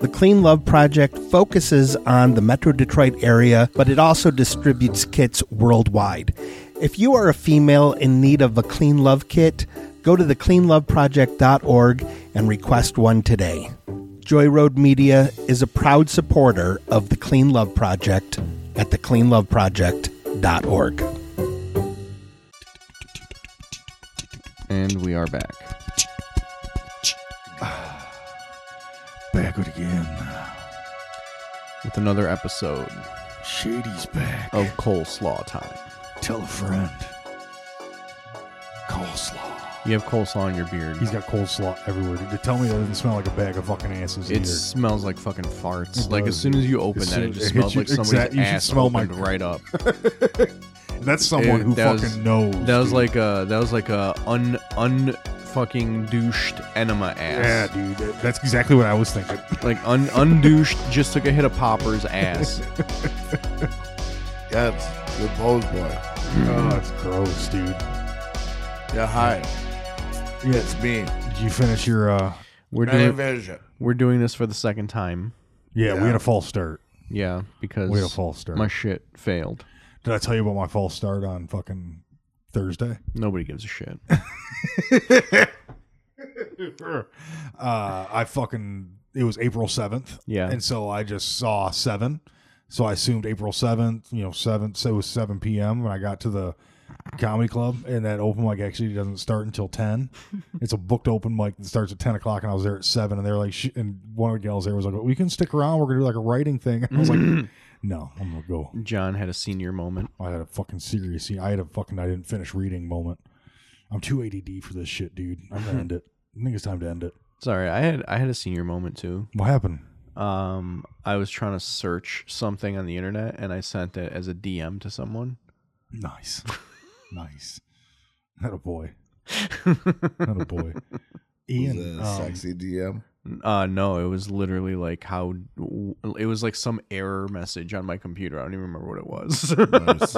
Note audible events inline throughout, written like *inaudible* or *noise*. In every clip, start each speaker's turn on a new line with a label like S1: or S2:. S1: The Clean Love Project focuses on the Metro Detroit area, but it also distributes kits worldwide. If you are a female in need of a Clean Love kit, go to thecleanloveproject.org and request one today. Joy Road Media is a proud supporter of the Clean Love Project at thecleanloveproject.org.
S2: And we are back.
S3: Back again.
S2: With another episode
S3: Shady's back.
S2: of coleslaw time.
S3: Tell a friend. Coleslaw.
S2: You have coleslaw in your beard.
S3: He's got coleslaw everywhere. dude. To tell me that doesn't smell like a bag of fucking asses.
S2: it
S3: either.
S2: smells like fucking farts.
S3: It
S2: like as
S3: does,
S2: soon as you open
S3: As
S2: that,
S3: soon
S2: it
S3: as
S2: just
S3: it hits
S2: smells
S3: you-
S2: like somebody's
S3: exact- you should
S2: ass
S3: smell my-
S2: opened right
S3: *laughs*
S2: up.
S3: That's someone
S2: Dude,
S3: who
S2: that
S3: fucking
S2: was-
S3: knows.
S2: That was
S3: dude.
S2: like a that was like a un un fucking douched enema
S3: yeah,
S2: ass.
S3: dude. that- That's exactly what I was thinking. *clears throat*
S2: Like un undouched just took a hit of poppers
S3: *laughs*
S2: ass.
S4: Yes, good pose boy.
S3: oh, it's gross, dude.
S4: Yeah, hi.
S3: Yeah.
S4: It's me.
S3: Did you finish your? uh
S2: We're
S4: Night
S2: doing
S4: vision.
S2: we're doing this for the second time.
S3: Yeah,
S4: Yeah.
S3: we had a false start.
S2: Yeah, because
S3: We had a false start.
S2: my shit failed.
S3: Did I tell you about my false start on fucking Thursday?
S2: Nobody gives a
S3: *laughs*
S2: shit.
S3: uh, I fucking it was April seventh.
S2: Yeah.
S3: and so I just saw seven, so I assumed April seventh. You know, seventh. So it was seven p.m. when I got to the comedy club, and that open mic actually doesn't start until ten. it's a booked open mic that starts at ten o'clock, and I was there at seven, and they were like, sh- and one of the gals there was like, "We can stick around. We're gonna do like a writing thing." I was like, "No, I'm gonna go."
S2: John had a senior moment.
S3: I had a fucking serious. I had a fucking. I didn't finish reading moment. I'm too ADD for this shit, dude. I'm gonna end it. I think it's time to end it.
S2: Sorry, I had I had a senior moment too.
S3: What happened?
S2: Um, I was trying to search something on the internet and I sent it as a DM to someone. *laughs*
S3: Nice, *laughs* nice. That a boy. That a boy. Ian,
S4: He's a
S3: um,
S4: sexy DM.
S2: Uh, no, it was literally like how it was like some error message on my computer. I don't even remember what it was. *laughs*
S4: Nice.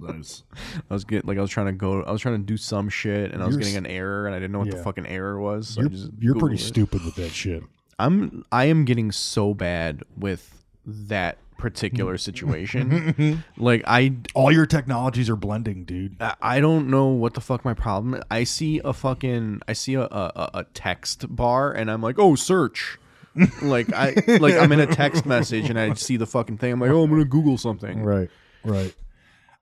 S4: nice.
S2: I was getting like I was trying to go, I was trying to do some shit, and I was
S3: You're
S2: getting
S3: s-
S2: an error, and I didn't know what the
S3: Yeah.
S2: fucking error was. So I
S3: you're,
S2: just
S3: you're pretty
S2: Googled it.
S3: stupid with that shit.
S2: I'm I am getting so bad with that
S3: *laughs*
S2: particular situation. like I
S3: All your technologies are blending, dude.
S2: I- I don't know what the fuck my problem is. I see a fucking I see a a, a- a text bar and I'm like, "Oh,
S3: *laughs*
S2: search." like I like I'm in a text message and I see the fucking thing. I'm like, "Oh, I'm going to Google something."
S3: Right, right.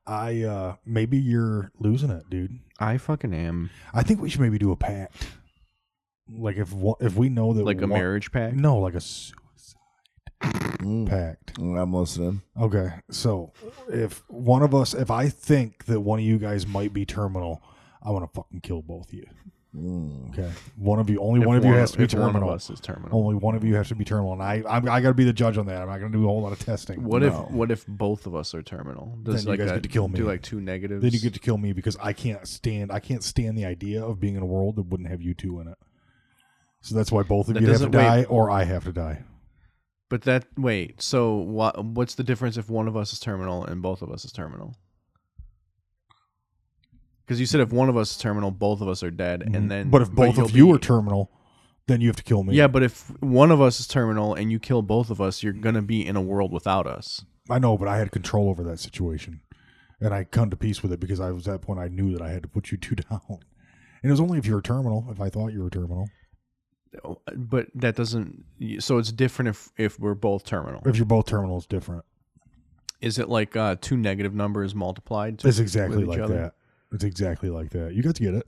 S3: I uh maybe you're losing it, dude.
S2: I fucking am.
S3: I think we should maybe do a pact. Like if one- if we know that
S2: Like a
S3: one-
S2: marriage pact.
S3: No, like a suicide
S4: Mm.
S3: pact.
S4: Mm, I'm listening.
S3: Okay. So if one of us, if I think that one of you guys might be terminal, I want to fucking kill both of you.
S4: Mm.
S3: Okay. One of you, only
S2: If
S3: one of you has to be
S2: if one of
S3: terminal. Oh,
S2: us is terminal.
S3: Only one of you has to be terminal, and I, I'm, I got to be the judge on that. I'm not going to do a whole lot of testing.
S2: What
S4: No.
S2: if what if both of us are terminal? Does
S3: Then you
S2: like
S3: guys
S2: a-
S3: get to kill me.
S2: do like two negatives?
S3: Then you get to kill me because I can't stand, I can't stand the idea of being in a world that wouldn't have you two in it. So that's why both of
S2: That
S3: you have to
S2: doesn't- wait.
S3: die, or I have to die.
S2: But that wait, so what? What's the difference if one of us is terminal and both of us is terminal? Because you said if one of us is terminal, both of us are dead, and then
S3: Mm-hmm. but if both
S2: you'll
S3: of you
S2: be-
S3: are terminal, then you have to kill me.
S2: yeah, but if one of us is terminal and you kill both of us, you're gonna be in a world without us.
S3: I know, but I had control over that situation, and I come to peace with it because I was at that point I knew that I had to put you two *laughs* down, and it was only if you were terminal, if I thought you were terminal, Oh, uh,
S2: But that doesn't. So it's different if if we're both terminal.
S3: if you're both terminal, it's different.
S2: Is it like uh, two negative numbers multiplied? To
S3: It's exactly
S2: with each
S3: like
S2: other?
S3: that. It's exactly like that. You got to get it.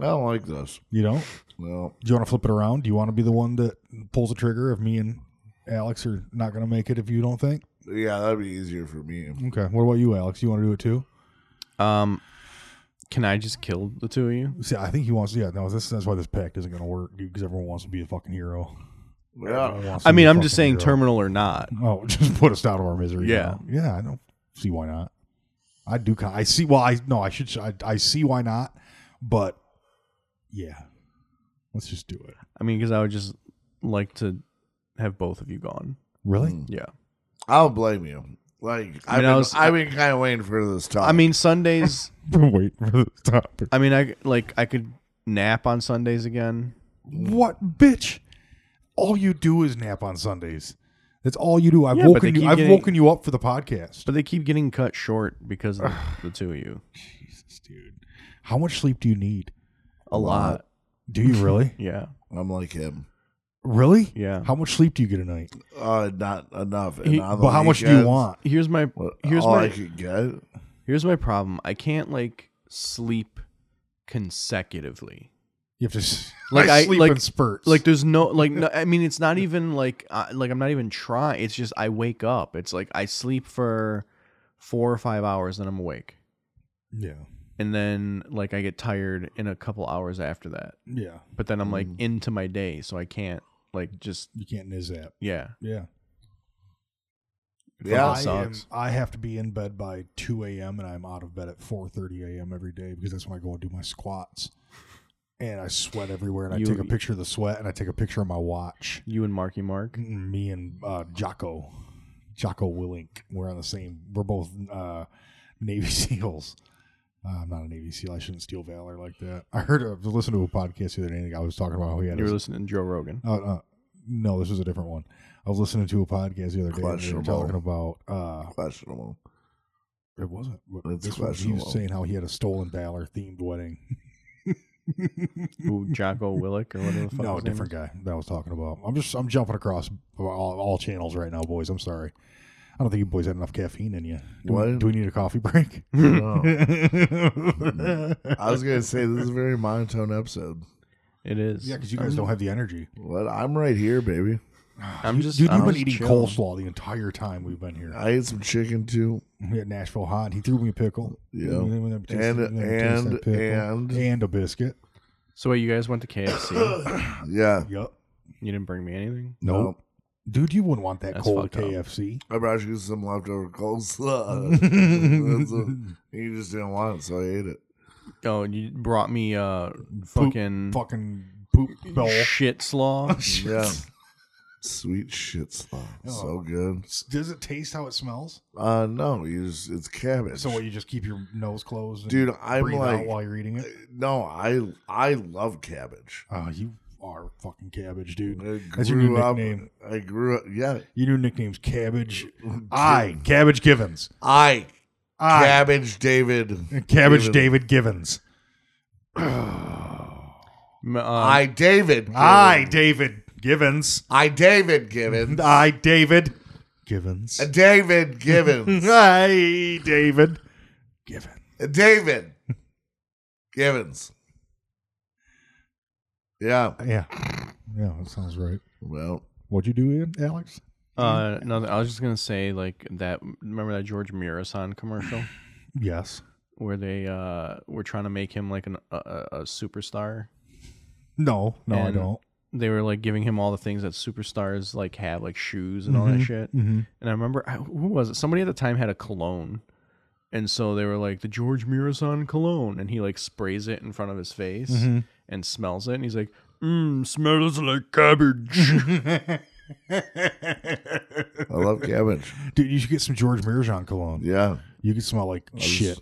S4: I don't like this.
S3: You know.
S4: No.
S3: Do you want to flip it around? Do you want to be the one that pulls the trigger if me and Alex are not going to make it? If you don't think,
S4: Yeah, that'd be easier for me.
S3: okay. What about you, Alex? You want to do it too?
S2: Um, can I just kill the two of you?
S3: See, I think he wants. Yeah, no. This that's why this pact isn't going to work because everyone wants to be a fucking hero.
S4: Yeah.
S3: wants to
S2: I
S3: be
S2: mean,
S3: a
S2: I'm just
S3: fucking
S2: saying,
S3: girl.
S2: terminal or not.
S3: Oh, *laughs* just put us out of our misery. you
S2: Yeah.
S3: know? yeah. I don't see why not. I do. ki- I see. Well, I no. I should. I, I see why not. But yeah, let's just do it.
S2: I mean, because I would just like to have both of you gone.
S3: Really?
S2: Yeah.
S4: I'll blame you. Like
S2: I mean,
S4: I've
S2: I
S4: been,
S2: was-
S4: I've been kind of waiting for this talk.
S2: I mean, Sundays. *laughs*
S3: Been waiting for the topic.
S2: I mean, I like I could nap on Sundays again.
S3: What bitch? All you do is nap on Sundays. That's all you do. I've
S2: Yeah, but they
S3: woken you.
S2: keep
S3: I've
S2: getting-
S3: woken you up for the podcast.
S2: But they keep getting cut short because of the two of you.
S3: Jesus, dude. How much sleep do you need?
S2: A lot.
S3: Do
S2: *laughs*
S3: you really?
S2: Yeah.
S4: I'm like him.
S3: really?
S2: Yeah.
S3: How much sleep do you get a night?
S4: Uh, not enough. And
S2: He-
S4: on the
S3: But how much do you
S4: weekends,
S3: want?
S2: Here's my
S4: what-
S2: here's
S4: all
S2: my
S4: oh, I could get.
S2: here's my problem. I can't like sleep consecutively.
S3: You have to s-
S2: Like, I-
S3: *laughs* sleep
S2: like-
S3: in spurts.
S2: Like there's no like no, I mean it's not even like uh, like I'm not even trying. It's just I wake up. It's like I sleep for four or five hours, then I'm awake,
S3: yeah,
S2: and then like I get tired in a couple hours after that.
S3: yeah.
S2: But then I'm like
S3: Mm.
S2: into my day, so I can't like just
S3: You can't niz that.
S2: yeah.
S3: Yeah.
S4: Yeah,
S2: Fucking
S3: I am,
S2: sucks.
S3: I have to be in bed by 2 a.m. and I'm out of bed at 4:30 a.m. every day because that's when I go and do my squats. And I sweat everywhere, and I
S2: You-
S3: take a picture of the sweat, and I take a picture of my watch.
S2: You and Marky Mark.
S3: Me and uh, Jocko, Jocko Willink, we're on the same. We're both uh, Navy *laughs* SEALs. Uh, I'm not a Navy SEAL. I shouldn't steal valor like that. I heard, a, listened to a podcast the other day. and I was talking about how he had.
S2: You were
S3: his-
S2: listening to Joe
S3: *laughs*
S2: Rogan.
S3: Oh, uh, no, this was a different one. I was listening to a podcast the other day. And they were
S4: Questionable.
S3: talking about uh,
S4: questionable.
S3: it wasn't. What,
S4: It's
S3: this was, he
S4: questionable.
S3: was saying how he had a stolen valor themed
S4: *laughs*
S3: wedding.
S2: Who Jocko Willick or whatever the fuck.
S3: *laughs* no,
S2: his name
S3: different
S2: is.
S3: guy that I was talking about. I'm just I'm jumping across all, all channels right now, boys. I'm sorry. I don't think you boys had enough caffeine in you. Do, We,
S4: What?
S3: do we need a coffee *laughs* break?
S4: *laughs*
S3: *laughs*
S4: No. I was gonna say this is a very monotone episode.
S2: It is. Um,
S3: Yeah, because you guys don't have the
S4: *sighs*
S3: energy.
S4: What? I'm right here, baby.
S2: I'm just.
S3: Dude,
S2: I'm
S3: you've been
S2: just
S3: eating
S2: chilling.
S3: coleslaw the entire time we've been here.
S4: I ate some chicken too.
S3: We had Nashville hot. He threw me a pickle.
S4: Yeah.
S3: And, and,
S4: And- and- and-
S3: and a biscuit.
S2: So wait, you guys went to
S3: *coughs*
S2: KFC.
S4: Yeah,
S3: Yep.
S2: you didn't bring me anything.
S3: Nope.
S4: Nope.
S3: Dude, you wouldn't want that
S2: That's
S3: cold
S2: fucked up.
S3: KFC.
S4: I brought you some leftover
S3: *laughs*
S4: coleslaw. That's a- you just didn't want it, so I ate it.
S2: Oh, and you brought me uh fucking
S3: Fucking poop
S2: *laughs*
S3: bowl. *laughs*
S2: shit slaw.
S4: Yeah, sweet shit slaw,
S3: Oh.
S4: so good.
S3: Does it taste how it smells?
S4: Uh, no, you just, it's cabbage.
S3: So what, you just keep your nose closed, and
S4: Dude, I'm
S3: breathe out
S4: like-
S3: while you're eating it.
S4: no, I I love cabbage.
S3: Oh, you are fucking cabbage, dude.
S4: I
S3: That's your new
S4: grew up-
S3: nickname.
S4: I grew up. Yeah,
S3: Your new nickname's
S4: *laughs*
S3: Cabbage. I Cabbage Givens.
S4: I
S3: I
S4: cabbage David.
S3: *laughs* Cabbage David Givens.
S2: M- uh,
S4: I David.
S3: I
S4: Givens.
S3: David Givens.
S4: I
S3: *laughs*
S4: David Givens.
S3: I David Givens.
S4: David Givens.
S3: *laughs* I David Givens.
S4: David Givens. Yeah.
S3: Yeah, yeah, that sounds right.
S4: Well,
S3: What'd you do, Ian, Alex?
S2: uh, nothing. I was just gonna say like that. Remember that George Murison commercial
S3: *sighs* Yes.
S2: where they uh were trying to make him like an, a, a a superstar.
S3: No, no, I
S2: And-
S3: don't.
S2: They were like giving him all the things that superstars like have, like shoes and all that shit. And I remember I- who was it? Somebody at the time had a cologne, and so they were like the George Murison cologne, and he like sprays it in front of his face and smells it, and he's like, "Mmm, smells like cabbage."
S3: Mm-hmm.
S2: *laughs*
S4: I love cabbage.
S3: Dude, you should get some George Mirjan cologne.
S4: Yeah.
S3: You can smell like shit.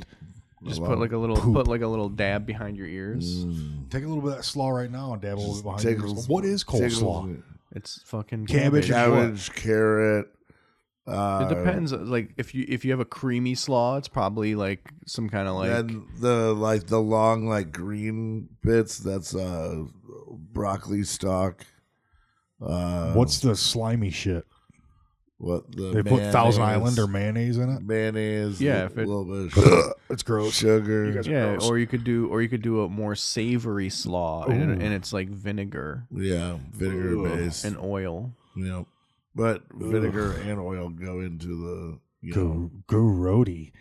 S2: Just put like a little put like a little dab behind your ears.
S3: Take a little bit of that slaw right now and dab a little bit behind your
S4: Mm. Tickles-
S3: What is coleslaw?
S4: tickles-
S2: It's fucking
S3: Cabbage
S2: cabbage.
S3: is-
S4: Cabbage, carrot.
S2: It
S4: Uh,
S2: depends. Like if you if you have a creamy slaw, it's probably like some kind of like
S4: and the like the long like green bits. That's uh broccoli stalk. Uh,
S3: What's the slimy shit?
S4: what the
S3: They put Thousand
S4: mayonnaise-
S3: Island or mayonnaise in
S4: *laughs*
S3: it.
S4: mayonnaise?
S2: Yeah,
S4: a
S2: if it-
S4: little bit of
S3: It's
S4: su-
S3: gross.
S4: sugar.
S3: You guys are
S2: yeah,
S3: gross.
S2: or you could do or you could do a more savory slaw, and, and it's like vinegar
S4: yeah, vinegar based.
S2: and oil.
S4: Yeah, but vinegar and oil go into the you know
S3: Go, go roadie.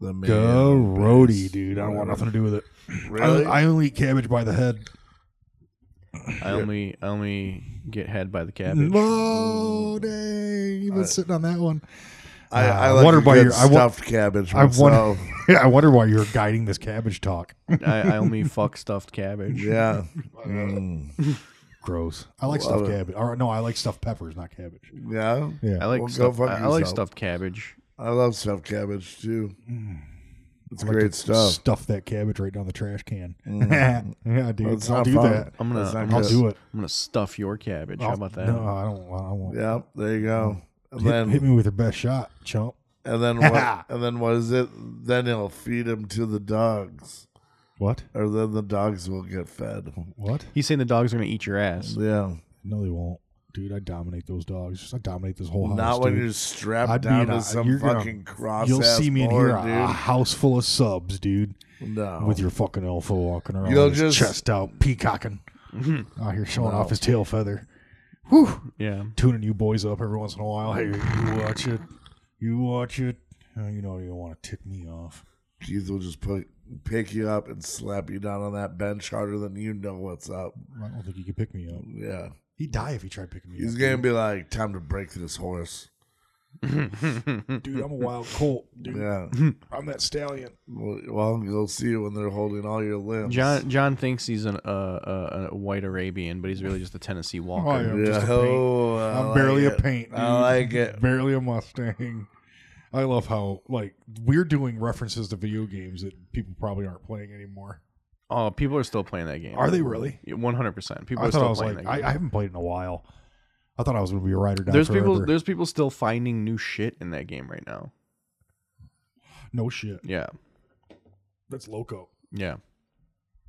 S4: the man
S3: Go roadie,
S4: base.
S3: dude. I don't want nothing to do with it.
S4: Really?
S3: I, I only eat cabbage by the head.
S2: I only I only get head
S3: *laughs*
S2: by the cabbage.
S3: Whoa, Oh, dang! You've been sitting on that one. *laughs*
S4: I, I
S3: I
S4: like
S3: wonder
S4: a
S3: why
S4: good
S3: you're- I wa-
S4: stuffed cabbage
S3: I
S4: myself.
S3: wonder. I wonder why you're guiding this cabbage talk.
S2: I, I only fuck stuffed cabbage.
S4: *laughs* yeah. *laughs* Mm.
S3: Gross. I like
S4: Love
S3: stuffed
S4: it.
S3: cabbage. Or no, I like stuffed peppers, not cabbage.
S4: Yeah.
S3: Yeah.
S2: I like
S4: Well, go
S2: stuffed,
S4: fuck
S2: I, I like
S4: yourself.
S2: stuffed cabbage.
S4: I love stuffed cabbage too. It's
S3: Mm. I like
S4: great
S3: to
S4: stuff. Mm.
S3: Stuff that cabbage right down the trash
S4: *laughs*
S3: can. *laughs* yeah, dude.
S4: It's
S3: I'll
S4: not
S3: do
S4: fun.
S3: that.
S2: I'm gonna
S4: That's not
S2: I'm gonna,
S3: I'll
S4: good.
S3: do it.
S2: I'm gonna stuff your cabbage. How
S3: I'll-
S2: about that?
S3: Oh, No, I don't. I don't want.
S4: Yep, there you go. And
S3: Hit,
S4: then
S3: Mm. hit me with your best shot, chump.
S4: and
S3: *laughs*
S4: then what and then what is it? Then he'll feed him to the dogs.
S3: What?
S4: Or then the dogs will get fed.
S3: What?
S2: He's saying the dog's are gonna eat your ass.
S4: Yeah.
S3: No, they won't, dude. I dominate those dogs. I dominate this whole house.
S4: Not when
S3: dude.
S4: you're strapped
S3: I'd be
S4: down
S3: in a-
S4: to some
S3: you're gonna-
S4: fucking cross.
S3: You'll see me in here,
S4: board,
S3: a, a house full of subs, dude,
S4: dude. No.
S3: with your fucking alpha walking around,
S4: Oh. You'll
S3: his
S4: just-
S3: chest out,
S4: *laughs*
S3: peacocking, out here showing off his tail feather,
S2: Yeah.
S3: tuning you boys up every once in a while. Hey, you watch it, you watch it. Oh, you know you want to tick me off.
S4: Keith will just put pick you up and slap you down on that bench harder than you know what's up.
S3: I don't think he could pick me up.
S4: Yeah.
S3: He'd die if he tried picking me
S4: He's
S3: up,
S4: gonna be like, time to break this horse.
S3: dude. I'm a wild colt, dude.
S4: Yeah.
S3: I'm that stallion.
S4: well, well, you'll see it when they're holding all your limbs.
S2: John John thinks he's an uh, uh, a white Arabian, but he's really just a Tennessee Walker.
S3: Oh, yeah. I'm just a
S4: Yeah.
S3: paint.
S4: Oh, I
S3: I'm
S4: like
S3: barely
S4: it.
S3: a paint. Dude.
S4: I like it.
S3: Barely a Mustang. I love how like we're doing references to video games that people probably aren't playing anymore.
S2: Oh, people are still playing that game.
S3: Are they really?
S2: One hundred percent. People
S3: I
S2: are
S3: thought
S2: still
S3: I was
S2: playing
S3: like,
S2: that game.
S3: I, I haven't played in a while. I thought I was going to be a rider. down
S2: there's
S3: forever.
S2: people. There's people still finding new shit in that game right now.
S3: no shit.
S2: Yeah.
S3: That's loco.
S2: Yeah.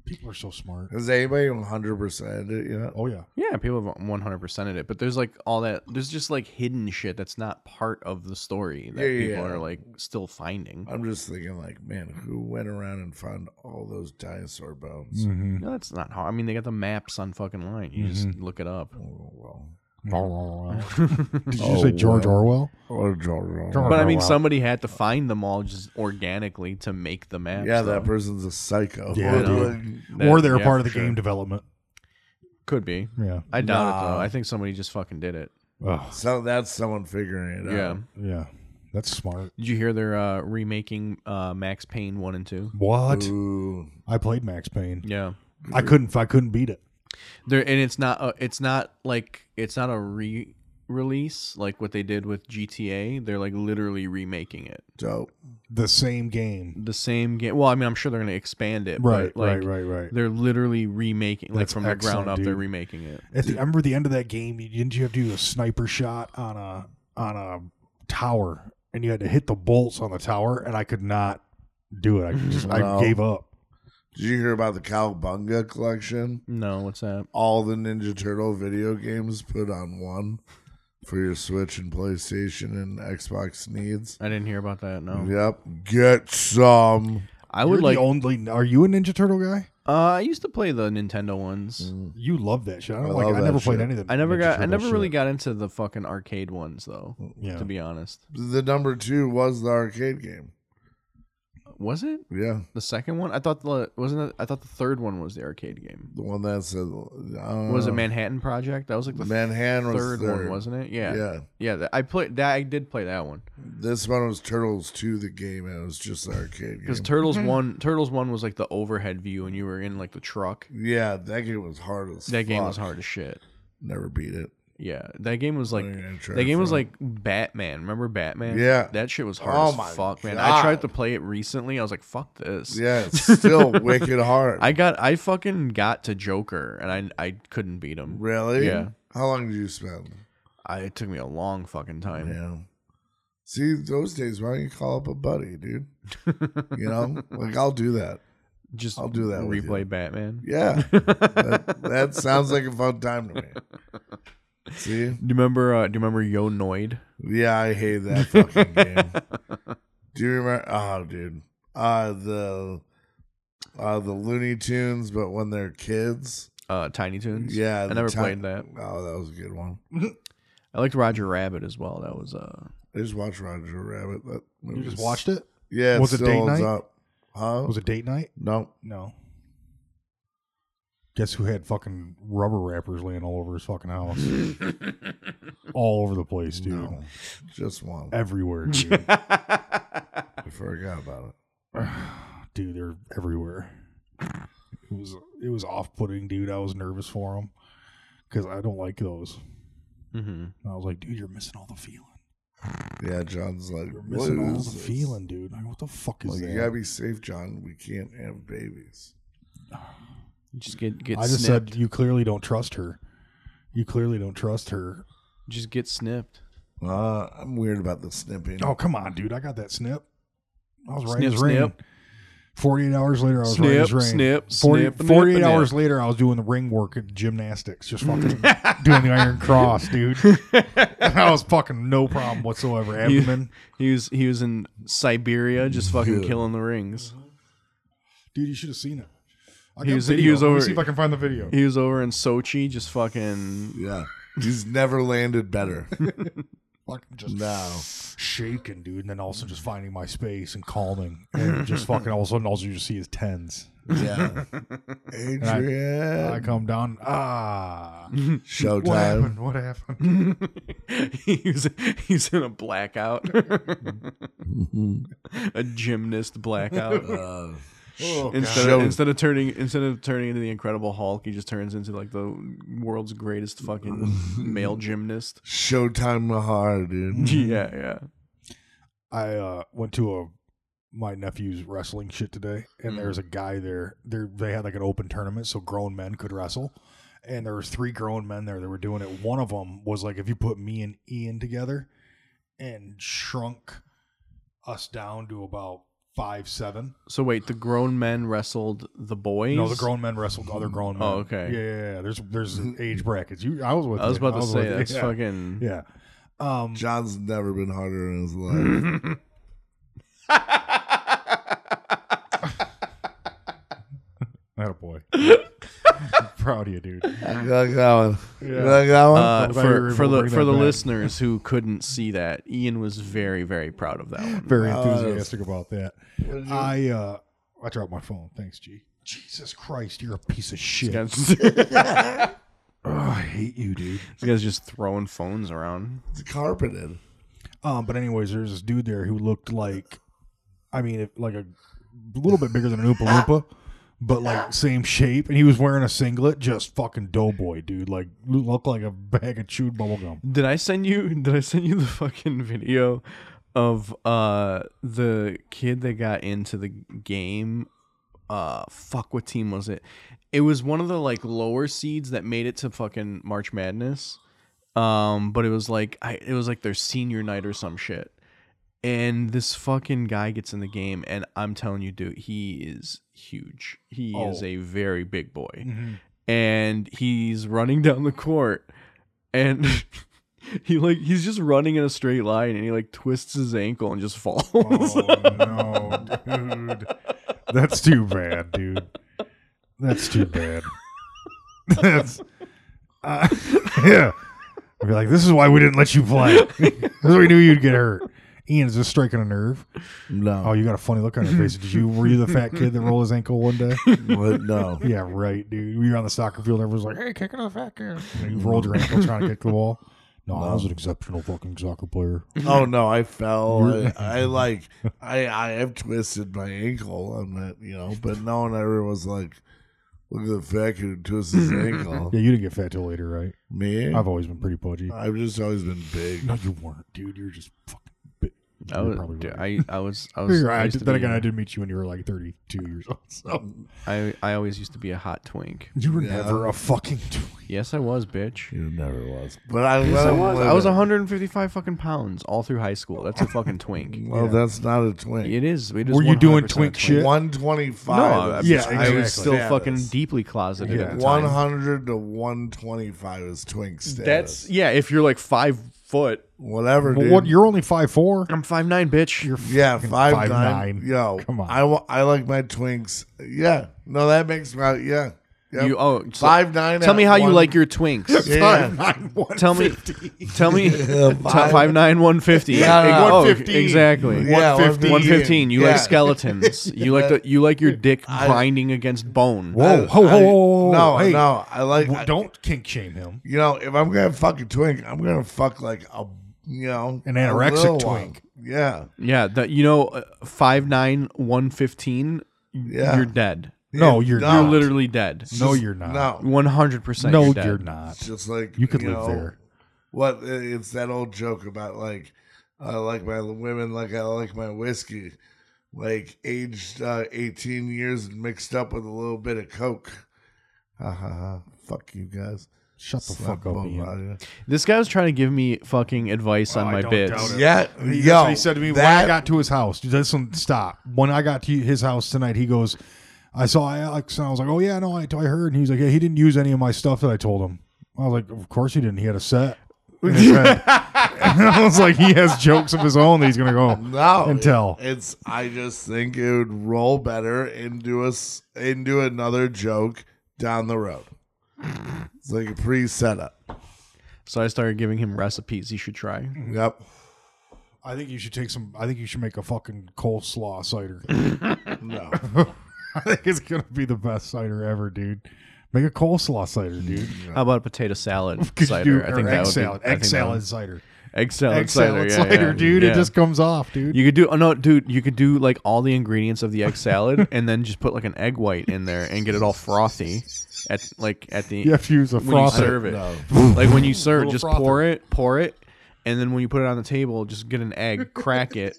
S3: People are so smart.
S4: Has anybody 100% it yet?
S3: Oh yeah,
S2: Yeah, people have 100%ed it, but there's like all that, there's just like hidden shit that's not part of the story that
S4: Yeah, yeah,
S2: people
S4: yeah.
S2: are like still finding.
S4: I'm just thinking, like, man, who went around and found all those dinosaur bones?
S3: Mm-hmm.
S2: No, that's not how. I mean, they got the maps on fucking line. You just look it *laughs*
S3: Hmm.
S2: up.
S4: Oh, well.
S2: *laughs*
S3: did you say George Orwell?
S4: Or Jor-
S3: Jor-
S2: But I
S3: Oh,
S2: mean,
S3: wow.
S2: somebody had to find them all just organically to make the maps.
S4: Yeah,
S2: though.
S4: that person's a psycho.
S3: Yeah,
S4: Like,
S2: That-
S3: or they're
S2: yeah,
S3: part of
S2: for
S3: the
S2: sure.
S3: game development.
S2: Could be.
S3: Yeah.
S2: I doubt it though. I think somebody just fucking did it.
S3: Ugh.
S4: So that's someone figuring it
S2: Yeah.
S4: out.
S3: yeah. That's smart.
S2: Did you hear they're uh, remaking uh, Max Payne one and two?
S3: What?
S4: Ooh.
S3: I played Max Payne.
S2: Yeah.
S3: I couldn't. I couldn't beat it.
S2: There and it's not a, it's not like it's not a re release like what they did with GTA. They're like literally remaking it.
S4: Dope.
S3: The same game.
S2: The same game. Well, I mean, I'm sure they're going to expand it.
S3: Right.
S2: but, like,
S3: right. Right. Right.
S2: They're literally remaking like
S3: That's
S2: from the
S3: excellent,
S2: ground up. They're
S3: dude.
S2: remaking it.
S3: At the, I remember the end of that game. You, didn't you have to do a sniper shot on a on a tower, and you had to hit the bolts on the tower, and I could not do
S2: *laughs*
S3: it. I just
S4: Wow.
S3: I gave up.
S4: Did you hear about the Cowbunga collection?
S2: No, what's that?
S4: All the Ninja Turtle video games put on one for your Switch and PlayStation and Xbox needs.
S2: I didn't hear about that. No,
S4: Yep. Get some.
S2: I
S3: I
S2: would like.
S3: the only. Are you a Ninja Turtle guy?
S2: uh, I used to play the Nintendo ones.
S3: You love that shit. I, don't
S4: I
S3: like,
S4: love
S3: I
S4: that
S3: never played
S4: shit.
S3: any of them.
S2: I never got. I never really got into the fucking arcade ones though.
S3: Yeah.
S2: To be honest,
S4: The number two was the arcade game.
S2: was it
S4: Yeah,
S2: the second one? I thought the wasn't. It, I thought the third one was the arcade game.
S4: the one that said uh,
S2: was it Manhattan Project? That was like the
S4: Manhattan was
S2: third, one, wasn't it? Yeah,
S4: Yeah,
S2: yeah. th- I played that. I did play that one
S4: this one was Turtles Two, the game, and it was just the arcade game.
S2: because
S4: *laughs*
S2: Turtles one, Turtles one was like the overhead view, and you were in like the truck.
S4: yeah, that game was hard as
S2: That game was
S4: fuck.
S2: hard as shit.
S4: Never beat it.
S2: Yeah, that game was like
S4: Oh, yeah, I tried
S2: that game was
S4: for-
S2: like Batman. Remember Batman?
S4: Yeah.
S2: that shit was hard
S4: Oh
S2: as
S4: my
S2: fuck, man. I
S4: God.
S2: tried to play it recently. I was like, fuck this. *laughs*
S4: Yeah, it's still wicked hard.
S2: I got I fucking got to Joker and I I couldn't beat him.
S4: really?
S2: Yeah.
S4: How long did you spend?
S2: I, it took me a long fucking time.
S4: Yeah. See, those days, why don't you call up a buddy, dude? You
S2: *laughs*
S4: know, like I'll do that.
S2: Just
S4: I'll do that with
S2: Replay
S4: you.
S2: Batman. *laughs*
S4: Yeah, that, that sounds like a fun time to me. See,
S2: Do you remember? Uh, do you remember Yo Noid?
S4: Yeah, I
S3: *laughs*
S4: hate that fucking game. Do you remember? Oh, dude, uh, the uh, the Looney Tunes, but when they're kids.
S2: Uh, Tiny Toons.
S4: Yeah,
S2: I
S4: the
S2: never
S4: ti-
S2: played that.
S4: Oh, that was a good one.
S2: I liked Roger Rabbit as well. That was
S4: *laughs*
S2: uh.
S4: I just watched Roger Rabbit. That
S3: You just watched it.
S4: Yeah, it
S3: Was it
S4: still
S3: date
S4: holds
S3: night?
S4: up. Huh?
S3: Was it date night?
S4: No,
S3: No. Guess who had fucking rubber wrappers laying all over his fucking
S4: *laughs*
S3: house? all over the place, dude.
S4: No, just one. *laughs*
S3: Everywhere, dude.
S4: I forgot about it.
S3: dude, they're everywhere. It was it was off putting, dude. I was nervous for him because I don't like those.
S2: Mm-hmm.
S3: And I was like, dude, you're missing all the feeling.
S4: Yeah, John's like,
S3: You're
S4: what
S3: missing all
S4: is
S3: the
S4: this?
S3: feeling, dude. Like, what the fuck is
S4: Like,
S3: that?
S4: you gotta be safe, John. We can't have babies.
S2: Just get get.
S3: I just
S2: snipped.
S3: said you clearly don't trust her. You clearly don't trust her.
S2: just get snipped.
S4: Uh, I'm weird about the snipping.
S3: Oh come on, dude! I got that snip. I was right
S2: Snip,
S3: as rain.
S2: snip.
S3: Forty-eight hours later, I was right
S2: Snip,
S3: as rain.
S2: snip,
S3: 40
S2: snip, and
S3: Forty-eight
S2: nip, and
S3: hours
S2: nip.
S3: later, I was doing the ring work at gymnastics, just fucking *laughs* doing the Iron
S2: *laughs*
S3: Cross, dude. I was fucking no problem whatsoever.
S2: He,
S3: Abdomen,
S2: he was he was in Siberia, just fucking killing the rings.
S3: dude. You should have seen it. I
S2: He
S3: got
S2: was- he
S3: video.
S2: was
S3: Let me
S2: over-
S3: see if I can find the video.
S2: He was over in Sochi, just fucking. *laughs*
S4: Yeah. He's never landed better.
S3: Fucking just
S4: No.
S3: shaking, dude, and then also just finding my space and calming,
S2: *laughs*
S3: and just fucking all of a sudden, all you just see is tens.
S4: *laughs* Yeah.
S3: I-
S4: Adrian.
S3: I come down.
S2: *laughs*
S3: Ah, what
S4: Showtime.
S3: happened? What happened?
S2: he was he's in a blackout,
S4: Mm-hmm.
S2: *laughs* a gymnast blackout.
S4: Uh,
S3: Oh,
S2: *laughs* Instead
S4: Show-
S2: of, instead of turning instead of turning into the Incredible Hulk, he just turns into like the world's greatest fucking male gymnast.
S4: Showtime Mahar, dude.
S3: Mm-hmm.
S2: *laughs* Yeah, yeah.
S3: I uh, went to a my nephew's wrestling shit today, and
S2: Mm-hmm.
S3: there's a guy there. There they had like an open tournament, so grown men could wrestle. And there was three grown men there that were doing it. One of them was like, if you put me and Ian together, and shrunk us down to about five seven.
S2: So wait, the grown men wrestled the boys.
S3: No, the grown men wrestled other grown men.
S2: Oh, okay. Mm-hmm.
S3: Yeah, yeah, yeah. There's there's age brackets. You, I was with.
S2: I was
S3: you.
S2: about to
S3: with
S2: say
S3: you.
S2: that's
S3: yeah.
S2: fucking. *laughs*
S3: Yeah. Um,
S4: John's never been harder in his life.
S2: Uh,
S3: that
S2: *laughs*
S3: a boy. *laughs* Proud of you, dude.
S4: I got that one.
S3: Yeah.
S4: You like that one?
S2: Uh,
S3: glad you were
S2: for for
S3: able to
S2: the
S3: bring
S2: for
S3: that
S2: the
S3: back.
S2: listeners who couldn't see that, Ian was very very proud
S3: *laughs*
S2: of that one.
S3: Very
S4: Oh, yes.
S3: enthusiastic about that.
S4: What'd you-
S3: I uh I dropped my phone. Thanks, G. Jesus Christ, you're a piece of shit. *laughs*
S2: This guy's, *laughs*
S3: Ugh, I hate you, dude.
S2: this guy's just throwing phones around.
S4: it's carpeted.
S3: Um, but anyways, there's this dude there who looked like, I mean, if- like a little bit bigger than an Oompa Loompa, but like same shape, and he was wearing a singlet, just fucking doughboy, dude. Like looked like a bag of chewed bubble gum.
S2: Did I send you? *laughs* Did I send you the fucking video of uh the kid that got into the game? Uh, fuck, what team was it? It was one of the like lower seeds that made it to fucking March Madness. Um, but it was like I, it was like their senior night or some shit. And this fucking guy gets in the game, and I'm telling you, dude, he is huge. He is
S3: Oh.
S2: a very big boy
S3: Mm-hmm.
S2: and he's running down the court and *laughs* he like he's just running in a straight line and he like twists his ankle and just *laughs* falls.
S3: Oh no, dude. That's too bad, dude. That's too bad. That's uh, *laughs* yeah. I'd be like, this is why we didn't let you play. Because we knew you'd get hurt. Ian, is this striking a nerve? Oh,
S4: No.
S3: you got a funny look on your face. Did you were you the fat kid that rolled his ankle one day?
S4: Oh, What? *laughs* No.
S3: Yeah, right, dude. We were on the soccer field. Everyone's like, "Hey, kicking a fat kid." And you rolled your ankle trying to kick the ball. No, I was an exceptional fucking soccer player.
S4: Oh no, I fell. I, I like I I have twisted my ankle on that, you know, but no one ever was like, look at the fat kid who twists *laughs* his ankle.
S3: Yeah, you didn't get fat till later, right?
S4: Me?
S3: I've always been pretty pudgy.
S4: I've just always been big.
S3: No, you weren't, dude. You're just fucking. Bit.
S2: I
S3: you're
S2: was,
S3: probably
S2: dude,
S3: right.
S2: I, I was
S3: *laughs*
S2: I was
S3: You're right.
S2: I
S3: I
S2: used
S3: did,
S2: to
S3: then
S2: be-
S3: again, I did meet you when you were like 32 years old. So
S2: I, I always used to be a hot twink.
S3: *laughs* you were
S4: Yeah.
S3: never a fucking. twink.
S2: Yes, I was, bitch.
S4: You never was. But I,
S2: Yes, I was. I was
S4: a.
S2: 155 fucking pounds all through high school. That's a fucking twink.
S4: Well, that's not a twink.
S2: It is. It is
S3: Were you doing
S2: 100%
S3: twink
S2: a
S3: shit?
S4: One
S2: No, I,
S4: twenty-five.
S3: Yeah,
S2: I was
S3: exactly.
S2: still fucking deeply closeted.
S3: Yeah.
S2: at the
S4: One
S2: time.
S4: hundred to one twenty-five is twink status.
S2: That's yeah. If you're like five foot,
S4: whatever,
S3: But
S4: dude.
S3: what? You're only five four.
S2: I'm five nine, bitch.
S3: You're
S4: Yeah,
S3: fucking
S4: five,
S3: five
S4: nine.
S3: nine.
S4: Yo,
S3: *laughs* Come on.
S4: I, wa- I like my twinks. Yeah, no, that makes my yeah. Yep.
S2: You oh, so-
S4: five nine.
S2: Tell
S4: at
S2: me how you
S4: one-
S2: like your twinks.
S4: *laughs* Yeah.
S2: Tell me, tell
S4: *laughs*
S2: me,
S4: five-
S2: five, five nine one fifty.
S4: Yeah, no, no.
S2: Oh,
S4: 115.
S2: exactly.
S4: Yeah,
S2: 115.
S4: 115.
S2: You
S4: Yeah.
S2: like skeletons.
S4: *laughs*
S2: You like the, you like your dick grinding against bone.
S3: Whoa, ho, ho, ho, ho, ho.
S4: No,
S3: Hey,
S4: no. I like.
S3: w- don't kink shame him.
S4: you know, if I'm gonna fuck a twink, I'm gonna fuck like a you know
S3: An
S4: a
S3: anorexic
S4: little
S3: twink.
S4: one. Yeah,
S2: Yeah, that you know, uh, five nine one fifteen.
S4: Yeah.
S2: you're dead.
S3: No,
S4: It-
S3: you're
S4: no.
S2: You're literally dead.
S3: No, you're not.
S4: no.
S2: One hundred percent.
S3: No,
S2: dead.
S3: you're not.
S4: It's just like
S3: You could live
S4: know,
S3: there.
S4: What it's that old joke about like I like my women like I like my whiskey, like aged uh, eighteen years and mixed up with a little bit of coke. Ha ha ha! Fuck you guys.
S3: Shut the
S4: Slap
S3: fuck up,
S4: both
S3: Ian.
S4: of you.
S2: This guy was trying to give me fucking
S4: Oh,
S2: advice on
S3: I
S2: my
S3: don't doubt
S2: bits.
S3: it.
S4: Yeah,
S3: He, that's
S4: yo,
S3: what he said to me when I
S4: that-
S3: got to his house. Dude, this one, stop. When I got to his house tonight, he goes, I saw Alex and I was like, oh, yeah, no, I, I heard. And he was like, yeah, he didn't use any of my stuff that I told him. I was like, of course he didn't. He had a set. in his *laughs* head." and I was like, he has jokes of his own that he's going to go.
S4: No,
S3: and tell.
S4: It's I just think it would roll better into us into another joke down the road. It's like a pre-setup.
S2: So I started giving him recipes he should try.
S4: Yep.
S3: I think you should take some, I think you should make a fucking coleslaw *laughs* cider.
S4: No.
S3: I think it's going to be the best cider ever, dude. Make a coleslaw cider, dude.
S2: How about a potato
S4: *laughs*
S2: salad
S3: Could
S2: Mm. cider?
S3: you do or egg
S2: be-
S3: salad?
S2: I
S3: Egg
S2: think that would-
S3: salad cider.
S2: Egg salad
S3: Egg
S2: cider,
S3: salad
S2: Oh, yeah,
S3: cider,
S2: yeah,
S3: dude.
S2: yeah.
S3: It just comes off, dude.
S2: You could do oh no, dude. You could do like all the ingredients of the egg salad, and then just put like an egg white in there and get it all frothy, at like at the
S3: You have to use a
S2: when you
S3: frother.
S2: serve it. Like when you serve,
S3: Little
S2: just
S3: frother.
S2: pour it, pour it, and then when you put it on the table, just get an egg, crack it.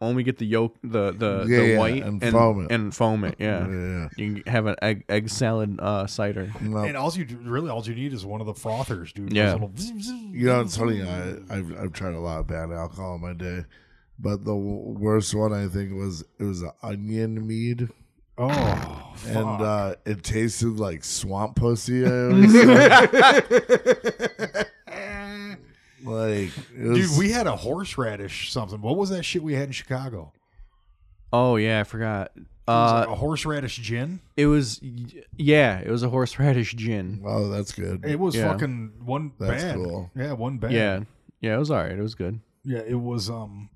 S2: Only get the yolk, the the,
S4: Yeah,
S2: the
S4: yeah,
S2: white,
S4: and foam it.
S2: and foam it. Yeah,
S4: Yeah. Mm.
S2: you can have an egg egg salad uh, cider.
S4: No.
S3: And all you do- really all you need is one of the frothers, dude.
S2: Yeah.
S3: Those little-
S4: You know, it's funny. I, I've I've tried a lot of bad alcohol in my day, but the w- worst one I think was it was an onion mead,
S3: Oh,
S4: and uh, it tasted like swamp pussy. I always
S3: *laughs*
S4: said. like, it was,
S3: dude, we had a horseradish something. What was that shit we had in Chicago?
S2: Oh yeah, I forgot.
S3: It was
S2: Uh,
S3: like a horseradish gin.
S2: it was yeah, it was a horseradish gin.
S4: oh, that's good.
S3: It was
S2: yeah.
S3: fucking one
S4: That's
S3: bad.
S4: cool.
S3: Yeah, one bad.
S2: Yeah, yeah, it was all right. It was good.
S3: yeah. It was um.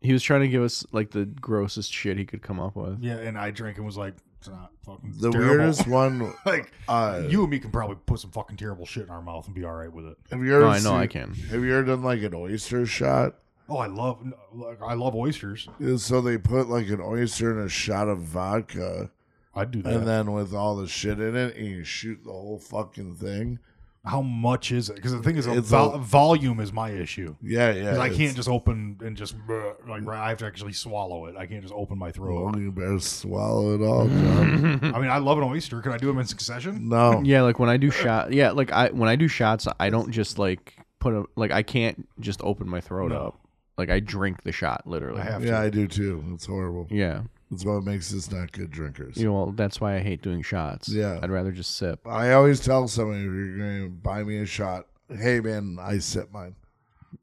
S2: He was trying to give us like the grossest shit he could come up with.
S3: Yeah, and I drank and was like, it's not fucking
S4: the
S3: terrible.
S4: weirdest one,
S3: *laughs* Like
S4: uh,
S3: *laughs* you and me can probably put some fucking terrible shit in our mouth and be all right with it.
S4: Have you ever?
S2: No, I know I
S4: seen-
S2: can.
S4: Have you ever done like an oyster shot?
S3: Oh, I love like, I love oysters.
S4: And So they put like an oyster in a shot of vodka,
S3: I'd do that.
S4: and then with all the shit in it, and you shoot the whole fucking thing.
S3: How much is it? Because the thing is,
S4: It's
S3: vol-
S4: a-
S3: volume is my issue.
S4: Yeah, yeah.
S3: 'Cause I
S4: it's-
S3: can't just open and just bruh, like I have to actually swallow it. I can't just open my
S4: Well,
S3: throat.
S4: you better swallow it all. John.
S3: I mean, I love an oyster. Can I do them in succession?
S4: no,
S2: *laughs* Yeah, like when I do shot. Yeah, like I when I do shots, I don't just like put a like I can't just open my throat
S3: No.
S2: up. Like I drink the shot literally.
S3: I have
S4: yeah,
S3: to.
S4: I do too. It's horrible.
S2: Yeah,
S4: That's what makes us not good drinkers.
S2: you know well, that's why I hate doing shots.
S4: Yeah.
S2: I'd rather just sip.
S4: I always tell somebody if you're going to buy me a shot, hey man, I sip mine.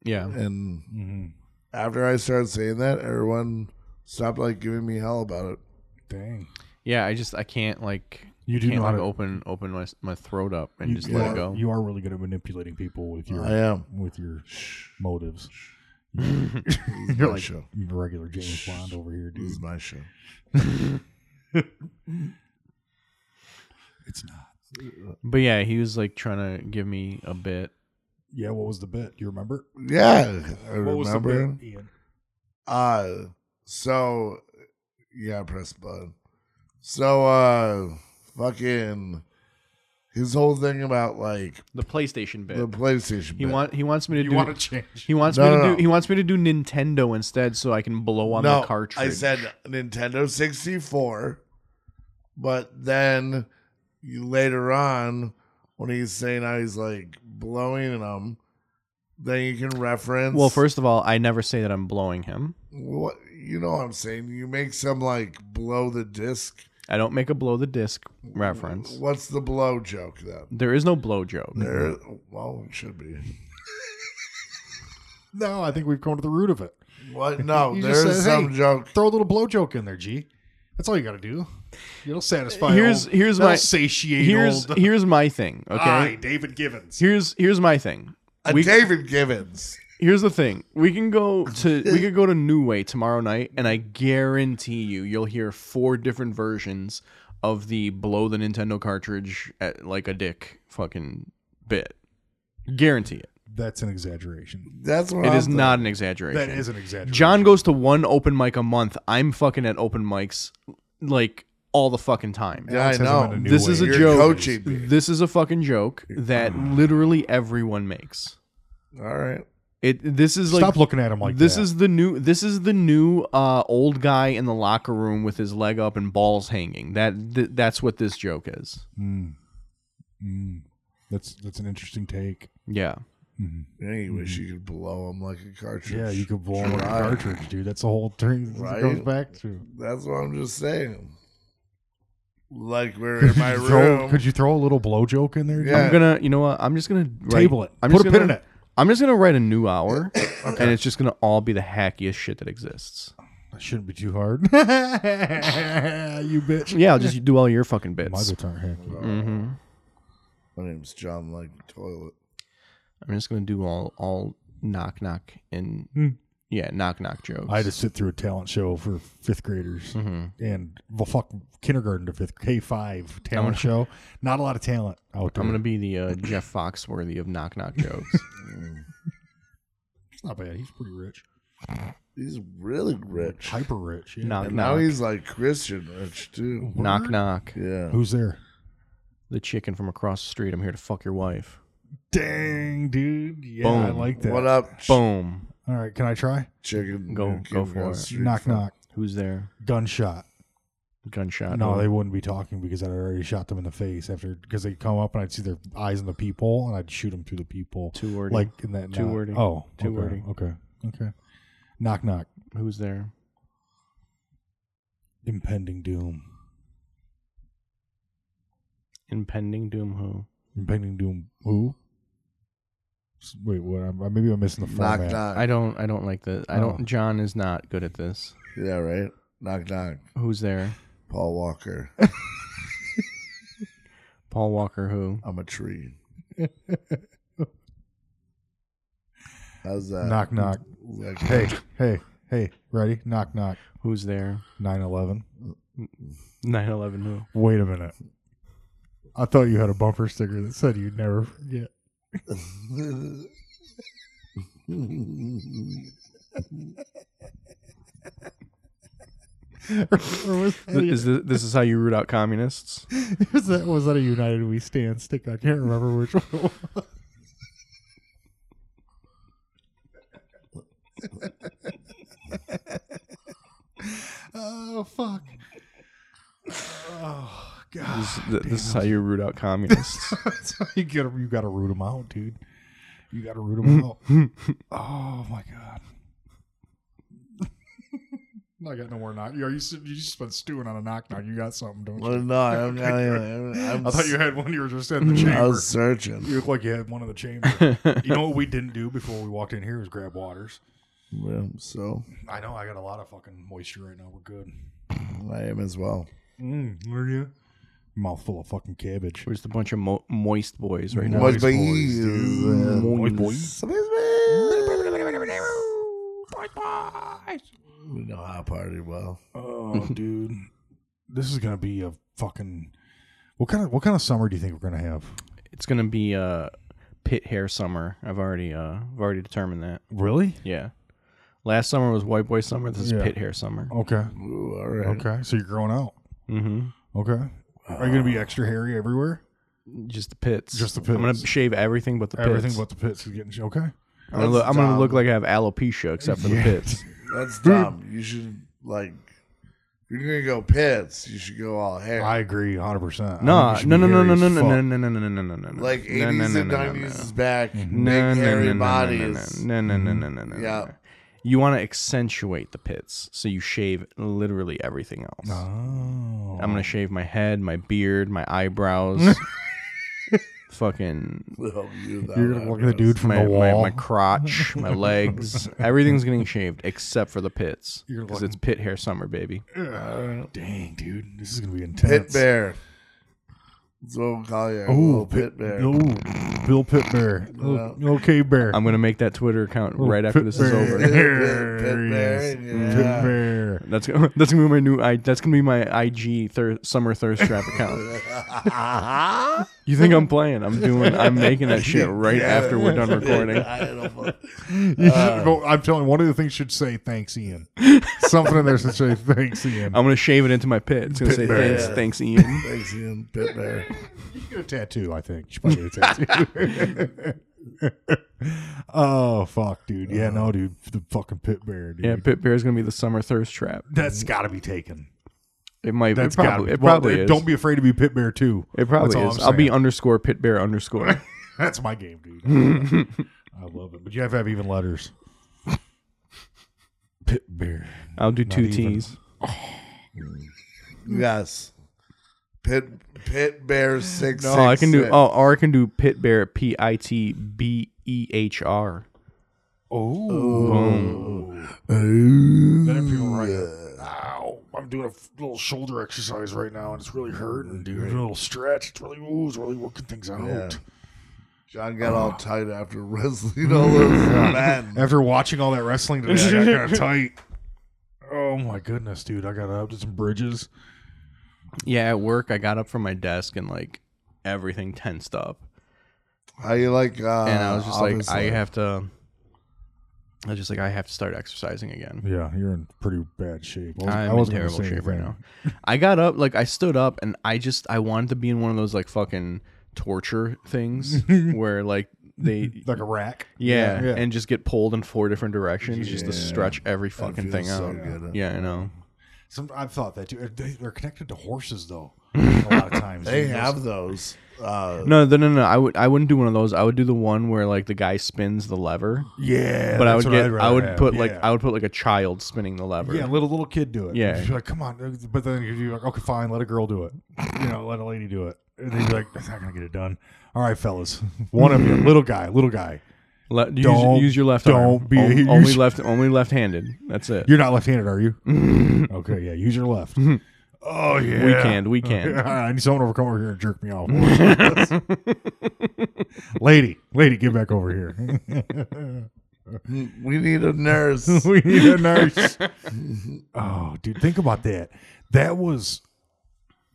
S2: Yeah,
S4: And
S3: hmm
S4: after I started saying that, everyone stopped like giving me hell about it.
S3: Dang.
S2: yeah. I just I can't like
S3: You do
S2: can't
S3: know how
S2: like
S3: to-
S2: open open my my throat up and
S3: You-
S2: just
S3: you
S2: let
S3: are-
S2: it go.
S3: You are really good at manipulating people with your
S4: I am.
S3: with your motives.
S4: This is
S3: *laughs* You're
S4: my
S3: like
S4: show.
S3: regular James Bond over here,
S4: This
S3: dude.
S4: is my show.
S3: It's not.
S2: But yeah, he was like trying to give me a bit.
S3: Yeah. What was the bit? Do you remember?
S4: Yeah, I
S3: what was the
S4: remember.
S3: bit? Ian?
S4: Uh, so yeah, press button. So uh, fucking his whole thing about like
S2: The PlayStation bit.
S4: the PlayStation.
S2: he
S4: bit.
S2: want he wants me to
S3: You
S2: do
S3: want to change?
S2: He wants
S4: No,
S2: me to
S4: no,
S2: do
S4: no.
S2: he wants me to do Nintendo instead so I can blow on
S4: no,
S2: the cartridge.
S4: I said Nintendo sixty four, but then you, later on when he's saying how he's like blowing them, then you can reference.
S2: Well, first of all, I never say that I'm blowing him.
S4: what you know what I'm saying? You make some like blow the disc.
S2: I don't make a blow the disc reference.
S4: What's the blow joke then?
S2: There is no blow joke.
S4: There, well, it should be.
S3: No, I think we've come to the root of it.
S4: What? No,
S3: *laughs* You just
S4: there's
S3: said,
S4: some
S3: "Hey."
S4: joke.
S3: Throw a little blow joke in there, G. That's all you got to do. It'll satisfy.
S2: Here's-
S3: old-
S2: here's
S3: that'll
S2: my-
S3: satiate.
S2: Here's
S3: old, *laughs*
S2: here's my
S4: *laughs*
S2: thing. Okay.
S3: Aye, David Givens.
S2: Here's here's my thing.
S4: A
S2: We-
S4: David Givens.
S2: Here's the thing. We can go to we could go to New Way tomorrow night, and I guarantee you, you'll hear four different versions of the blow the Nintendo cartridge at like a dick fucking bit. Guarantee it.
S3: That's an exaggeration.
S4: That's what
S2: It
S4: I'm
S2: is
S4: thinking.
S2: not an exaggeration.
S3: That is an exaggeration.
S2: John goes to one open mic a month. I'm fucking at open mics like all the fucking time.
S4: Yeah, I
S3: Alex has him in
S4: know.
S3: a new
S2: This is a
S3: way.
S4: You're
S2: joke.
S4: coaching me.
S2: This is a fucking joke that literally everyone makes.
S4: All right.
S2: It this is like
S3: Stop looking at him like
S2: this
S3: that.
S2: is the new this is the new uh old guy in the locker room with his leg up and balls hanging. That th- that's what this joke is.
S3: Mm. Mm. That's that's an interesting take.
S2: Yeah.
S3: Mhm.
S4: Yeah, you wish you could blow him like a cartridge.
S3: Yeah, you could blow him with a
S4: Right.
S3: cartridge, dude. That's the whole thing. that
S4: Right.
S3: It goes back to.
S4: That's what I'm just saying. Like we're in my
S3: you throw,
S4: room.
S3: could you throw a little blow joke in there? dude?
S4: Yeah.
S2: I'm going to you know what? I'm just going to
S3: Table it.
S2: I'm
S3: Put
S2: just
S3: a
S2: gonna,
S3: pin in it.
S2: I'm just going to write a new
S3: *coughs*
S2: hour and it's just going to all be the hackiest shit that exists.
S3: That shouldn't be too hard. *laughs* you bitch.
S2: Yeah, I'll just do all your fucking
S3: My
S2: bits.
S3: guitar hack.
S2: Mhm.
S4: My name's John Like the Toilet.
S2: I'm just going to do all all knock knock and yeah, knock knock jokes.
S3: Hmm. I had to sit through a talent show for fifth graders
S2: Mm-hmm.
S3: and well, fuck kindergarten to fifth K five talent show. Not a lot of talent out there.
S2: I'm going
S3: *laughs*
S2: to be the uh, Jeff Foxworthy of knock knock jokes.
S3: It's not bad. He's pretty rich,
S4: He's really rich.
S3: hyper rich. *laughs* Yeah.
S2: knock
S4: And now
S2: knock.
S4: he's like Christian rich too.
S2: Knock knock.
S4: Yeah.
S3: Who's there?
S2: the chicken from across the street. I'm here to fuck your wife.
S3: Dang, dude. Yeah, I
S2: Boom.
S3: like that.
S4: What up, ch-
S2: Boom.
S3: All right, can I try?
S4: chicken?
S2: Go-
S4: Nuke
S2: go
S4: and
S2: for it.
S4: street
S3: Knock
S4: fight?
S3: knock.
S2: Who's there?
S3: Gunshot.
S2: Gunshot.
S3: No, they wouldn't be talking because I'd already shot them in the face after because they'd come up and I'd see their eyes in the peephole and I'd shoot them through the peephole.
S2: Two wordy.
S3: Like in that
S2: Too
S3: knot.
S2: wordy.
S3: Oh,
S2: Too
S3: okay,
S2: wordy.
S3: Okay, okay. Knock knock.
S2: Who's there?
S3: Impending doom.
S2: Impending doom. Who?
S3: Impending doom. Who? S- Wait, what? I'm, maybe I'm missing the
S4: Knock
S3: format.
S4: knock.
S2: I don't. I don't like this. I don't.
S3: Uh, Oh.
S2: John is not good at this.
S4: Yeah, right. Knock knock.
S2: Who's there?
S3: *laughs*
S4: Paul Walker.
S2: Paul Walker. Who?
S4: I'm a tree. How's that?
S3: Knock knock.
S4: Like,
S3: Hey,
S4: *laughs*
S3: hey, hey. Ready? Knock knock.
S2: Who's there?
S3: 9/11.
S2: 9/11. Who?
S3: Wait a minute. I thought you had a bumper sticker that said you'd never forget. *laughs* or was that, a-
S2: Is this, this is how you root out communists?
S3: *laughs* was that was that a United We Stand stick? I can't remember which one. it was. *laughs* oh fuck! Oh god! *laughs*
S2: This, th- this is how you root out communists.
S3: That's how you get 'em- You got to root them out, dude. You got to root them out. Oh my god! *laughs* I got no more knock. Yo, you said- you just been stewing on a knock knock. You got something, don't
S4: well,
S3: you?
S4: no, I don't got anything. I'm,
S3: I thought you had one. You were
S2: *laughs*
S3: just in the chamber.
S4: I was searching.
S3: You look like you had one in the chamber. you know what we didn't do before we walked in here was grab waters.
S4: Yeah, so
S3: I know I got a lot of fucking moisture right now. We're good.
S4: I am as well.
S3: Mm, where are you? Mouthful of fucking cabbage.
S2: We're just a bunch of mo- moist boys right now.
S4: Moist
S3: Boys, boys,
S4: boys,
S3: dude.
S2: Moist
S3: boys.
S4: We know how to party well.
S2: *laughs*
S3: Oh, dude, this is gonna be a fucking. What kind of what kind of summer do you think we're gonna have?
S2: It's gonna be uh, pit hair summer. I've already uh, I've already determined that.
S3: Really?
S2: Yeah. Last summer was white boy summer. This is
S3: Yeah.
S2: pit hair summer.
S3: Okay.
S4: Ooh, all right.
S3: Okay. So you're growing out.
S2: Mm-hmm.
S3: Okay. Are you gonna
S2: Uh,
S3: be extra hairy everywhere?
S2: Just the pits.
S3: Just the
S2: I'm gonna
S3: pits.
S2: shave everything but the pits.
S3: Everything but the pits is getting okay.
S2: I'm, gonna look, I'm
S4: That's
S2: gonna look like I have alopecia except for the
S3: Yeah.
S2: pits.
S4: That's dumb. You should like. if You're gonna go pits. You should go all hair.
S3: I agree, hundred percent.
S2: No, no, no, no, no, no, no, no, no, no, no, no, no, no.
S4: like
S2: No, no,
S4: eighties
S2: no,
S4: and
S2: no, no,
S4: nineties
S2: no.
S4: is back.
S2: No, no,
S4: Big
S2: no,
S4: hairy
S2: no, no, no,
S4: bodies.
S2: No, no, no, no, no, no. no,
S4: Yeah.
S2: no. You want to accentuate the pits, so you shave literally everything else.
S3: Oh. *laughs*
S2: I'm gonna shave my head, my beard, my eyebrows. fucking
S4: Well, Oh, you that
S3: You're gonna look at the dude from
S2: my,
S3: the
S2: my,
S3: wall.
S2: my crotch, my legs,
S3: *laughs*
S2: everything's getting shaved except for the pits
S3: You're
S2: because
S3: looking-
S2: it's pit hair summer, baby.
S3: Dang, dude, this is gonna be
S4: Pit
S3: intense.
S4: bear. That's what we'll call you. a
S3: Oh,
S4: little pit bear.
S3: Oh, Bill Pit Bear.
S4: Yeah.
S3: Okay, Bear.
S2: I'm gonna make that Twitter account
S3: Little
S2: right after
S3: pit
S2: this is
S3: bear.
S4: *laughs*
S2: over.
S4: Pit bear,
S3: Yes.
S4: yeah.
S3: Pit Bear.
S2: That's gonna *laughs* that's gonna be my new I that's gonna be my IG thir- summer thirst trap
S3: *laughs*
S2: account.
S3: Uh-huh.
S2: you think I'm playing? I'm doing I'm making that shit
S3: *laughs*
S2: right after we're done recording.
S4: I don't know.
S3: You
S4: Uh.
S3: should- well, I'm telling you, one of the things should say thanks, *laughs* Ian. Something in there should say thanks, Ian.
S2: I'm gonna shave it into my pit. It's gonna say thanks, thanks
S3: *laughs*
S2: Ian.
S4: Thanks again, pit bear.
S3: Get a tattoo, I think. She probably get a tattoo. *laughs* oh fuck, dude. Yeah, no, dude. The fucking pit bear, dude.
S2: Yeah, pit bear is gonna be the summer thirst trap.
S3: That's gotta be taken.
S2: It might.
S3: That's
S2: it probably.
S3: gotta be.
S2: It probably
S3: well,
S2: is.
S3: Don't be afraid to be pit bear too.
S2: It probably
S3: That's all
S2: is.
S3: I'm
S2: I'll be
S3: saying.
S2: underscore pit bear
S3: *laughs*
S2: underscore.
S3: That's my game, dude. I love it. But you have to have even letters. Pit bear.
S2: I'll do two
S3: even.
S2: T's.
S4: *laughs* Yes. Pit pit bear six.
S2: Oh, I can do. Oh, or I can do pit bear. P I T B E H R.
S3: Oh,
S2: Boom.
S3: then people write, "Ow, I'm doing a f- little shoulder exercise right now, and it's really hurting, dude. Doing a little stretch. It's really, ooh, it's really working things out."
S4: Yeah. John got
S2: Oh.
S4: all tight after
S2: *laughs*
S4: wrestling all those men.
S3: After watching all that wrestling today, I got *laughs* kinda tight. Oh my goodness, dude! I got up to some bridges.
S2: Yeah, at work, I got up from my desk and like everything tensed up,
S4: How you like? Uh,
S2: and I was just
S4: office
S2: like, I
S4: life?
S2: have to. I was just like, I have to start exercising again.
S3: Yeah, you're in pretty bad shape. I,
S2: I'm in terrible shape right now. I got up, like I stood up, and I just I wanted to be in one of those like fucking torture
S3: *laughs*
S2: things where like they
S3: Like a rack.
S2: yeah,
S3: yeah.
S2: and just get pulled in four different directions just to stretch every fucking
S4: feels
S2: thing
S4: so
S2: out.
S4: good.
S2: Yeah, I know.
S3: Some, I've thought that too. They, they're connected to
S2: *laughs*
S3: horses though. A lot of times
S4: They
S3: You know,
S4: have those. Uh,
S2: No, no, no, no. I would I wouldn't do one of those. I would do the one where like the guy spins the lever,
S3: Yeah,
S2: but I
S3: that's
S2: would
S3: what
S2: get I
S3: I'd rather
S2: would
S3: have.
S2: put like
S3: Yeah.
S2: I would put like a child spinning the lever.
S3: yeah, little little kid do it.
S2: Yeah.
S3: You'd be like come on, but then you'd be like, okay, fine, let a girl do it. You know, let a lady do it. And they'd be like, that's not gonna get it done. All right, fellas, *laughs* one of you, little guy, little guy.
S2: Le- use,
S3: Don't-
S2: use your left arm.
S3: don't be-
S2: Only-
S3: *laughs* use-
S2: only left only left-handed. That's it.
S3: You're not left-handed,
S2: *laughs*
S3: are you? okay, yeah, use your left. oh yeah,
S2: Mm-hmm. We can't. We can't.
S3: All right, *laughs* I need someone over come over here and jerk me off. *laughs* lady, lady, get back over here.
S4: *laughs*
S3: *laughs*
S4: we need a *laughs* nurse.
S3: we need
S2: *laughs*
S3: a nurse. oh, dude, think about that. That was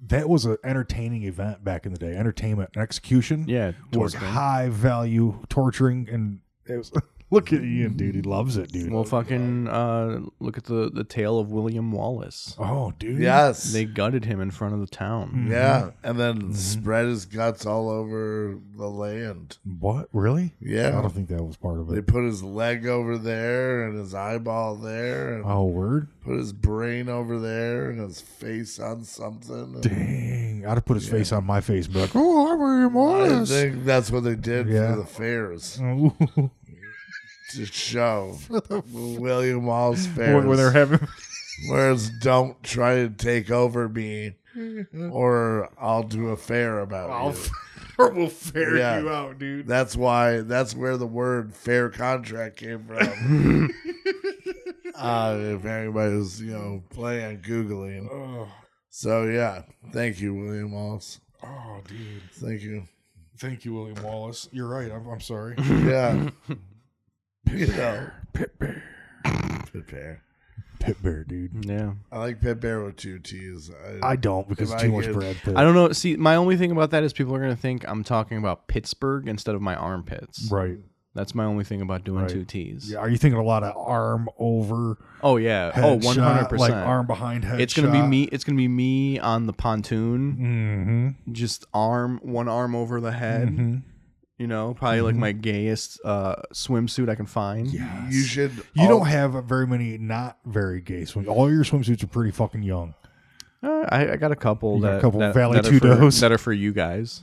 S3: that was an entertaining event back in the day. Entertainment and execution
S2: Yeah,
S3: was
S2: torturing.
S3: high value torturing and it was *laughs* look at Ian, dude. He loves it, dude.
S2: Well, fucking uh, look at the the tale of William Wallace.
S3: oh, dude.
S4: yes.
S2: They gutted him in front of the town.
S3: Mm.
S4: yeah, and then spread his guts all over the land.
S3: What? Really? I
S4: Yeah,
S3: don't think that was part of
S4: they
S3: it.
S4: put his leg over there and his eyeball there, and
S3: Oh, word.
S4: put his brain over there and his face on something. And
S3: Dang. I'd have put his face on my face and be like, oh, I'm William
S4: I
S3: Wallace.
S4: think that's what they did
S3: Yeah.
S4: for the fairs
S3: Ooh.
S4: to *laughs* show William Wallace fairs.
S3: when, when they're *laughs* having
S4: Whereas, don't try to take over me, or I'll do a fair about you.
S3: or *laughs* we'll ferret
S4: Yeah.
S3: you out, dude.
S4: That's why. That's where the word "fair contract" came from.
S3: *laughs*
S4: *laughs* uh, if anybody's you know playing on googling,
S3: Oh,
S4: so yeah. Thank you, William Wallace.
S3: oh, dude.
S4: Thank you.
S3: Thank you, William Wallace. You're right. I'm, I'm sorry. *laughs*
S4: Yeah. you know,
S3: Pit bear.
S4: Pit Bear.
S3: Pit bear, dude.
S2: Yeah.
S4: I like Pit Bear with two T's. I,
S3: I don't because
S4: If
S3: too
S4: I
S3: much
S4: could-
S3: Brad Pitt.
S2: I don't know. See, my only thing about that is people are gonna think I'm talking about Pittsburgh instead of my armpits.
S3: right.
S2: That's my only thing about doing
S3: Right.
S2: two T's.
S3: Yeah. Are you thinking a lot of arm over?
S2: Oh yeah.
S3: Head
S2: oh, one hundred
S3: Like
S2: percent.
S3: arm behind head.
S2: It's gonna be me. It's gonna be me on the pontoon,
S3: Mm-hmm.
S2: just arm one arm over the head. You know, probably
S3: Mm-hmm.
S2: like my gayest uh, swimsuit I can find.
S3: Yes.
S4: you should.
S3: You
S4: al-
S3: don't have a very many not very gay swimsuits. All your swimsuits are pretty fucking young.
S2: Uh, I, I got a couple
S3: You got a
S2: that
S3: couple
S2: that,
S3: Valley
S2: that, are for,
S3: Tudos.
S2: that are for you guys.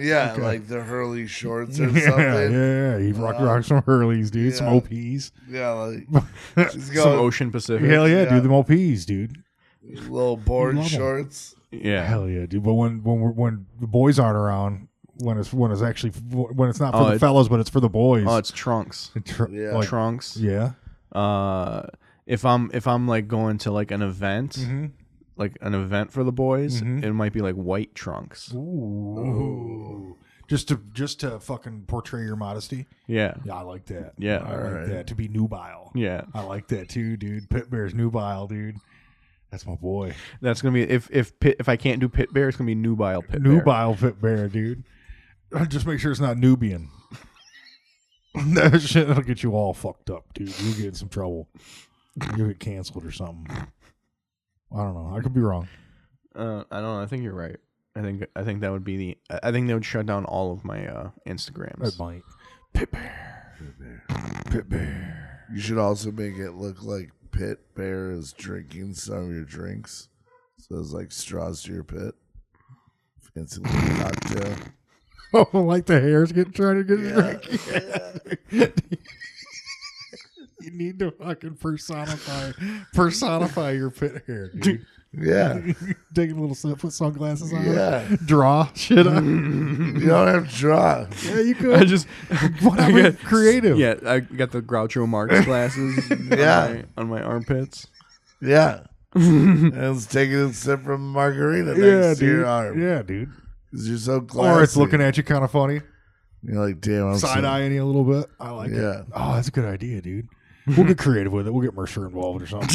S4: Yeah, like the Hurley shorts
S3: *laughs*
S4: or
S3: Yeah,
S4: something. Yeah,
S3: yeah. You rock, rock some Hurleys, dude. Some
S4: yeah.
S3: OPs.
S4: like
S3: *laughs*
S4: she's
S2: Some
S4: got
S2: Ocean Pacific.
S3: Hell yeah,
S4: Yeah.
S3: dude. Them OPs, dude.
S4: little board
S3: Love 'em.
S4: shorts.
S2: yeah.
S3: Hell yeah, dude. But when when we're, when the boys aren't around, when it's when it's actually when it's not for
S2: Oh,
S3: the
S2: it-
S3: fellas, but it's for the boys.
S2: Oh, it's trunks.
S3: Tr-
S4: Yeah.
S3: like-
S2: Trunks.
S3: yeah.
S2: Uh, if I'm if I'm like going to like an event,
S3: Mm-hmm.
S2: like an event for the boys, it might be like white trunks.
S3: Ooh. Just to just to fucking portray your modesty.
S2: Yeah.
S3: Yeah, I like that.
S2: Yeah.
S3: I like that to be nubile.
S2: Yeah.
S3: I like that too, dude. Pit Bear's nubile, dude. That's my boy.
S2: That's gonna be if if pit, if I can't do pit bear, it's gonna be nubile pit bear.
S3: Nubile Pit Bear, dude. Just make sure it's not Nubian. *laughs* that shit will get you all fucked up, dude. You get in some trouble. You get canceled or something. I don't know. I could be wrong.
S2: Uh, I don't know. I think you're right. I think I think that would be the. I- I think they would shut down all of my uh, Instagrams.
S3: It might.
S4: Pit Bear. You should also make it look like Pit Bear is drinking some of your drinks. So it's like straws to your pit. Fancy little cocktail.
S3: *laughs* Oh, like the hair's getting trying to get *laughs* you need to fucking personify personify your pit hair, dude.
S4: Yeah.
S3: *laughs* Take a little sip, put sunglasses on.
S4: Yeah.
S3: Draw shit up.
S4: You don't have to draw.
S3: Yeah, you could.
S2: Mm-hmm. *laughs* I
S3: *laughs*
S2: just
S3: Whatever,
S2: I got-
S3: creative.
S2: Yeah, I got the Groucho
S3: *laughs*
S2: Marx glasses.
S4: Yeah.
S2: on my, on my armpits.
S3: *laughs*
S4: Yeah. and it's taking a sip from a margarita next to your arm.
S3: Yeah, dude.
S4: 'Cause you're so classy.
S3: Or it's looking at you kind of funny,
S4: You're like, damn, I'm
S3: side eyeing you a little bit. I like it.
S4: Yeah.
S3: Oh, that's a good idea, dude. We'll get creative with it. We'll get Mercer involved or something.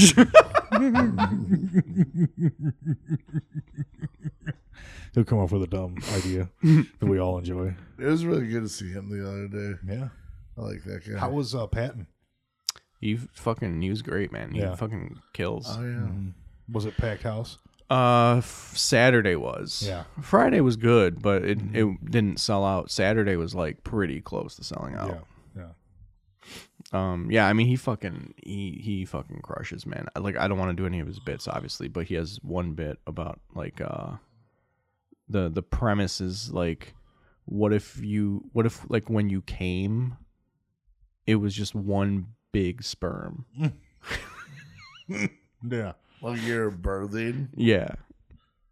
S3: He'll come up with a dumb idea that we all enjoy.
S4: It was really good to see him the other day.
S3: Yeah.
S4: I like that guy.
S3: How was uh, Patton?
S2: He fucking he was great, man. He
S3: Yeah.
S2: fucking kills.
S4: oh, yeah.
S3: Was it packed house?
S2: Uh, f- Saturday was.
S3: Yeah. Mm-hmm.
S2: Friday was good, but it it didn't sell out. Saturday was like pretty close to selling out.
S3: Yeah.
S2: Um, yeah. I mean, he fucking he he fucking crushes, man. I- Like I don't want to do any of his bits, obviously, but he has one bit about like uh, the the premise is like, what if you what if like when you came, it was just one big sperm.
S3: Yeah. Yeah.
S4: Like you're birthing.
S2: Yeah.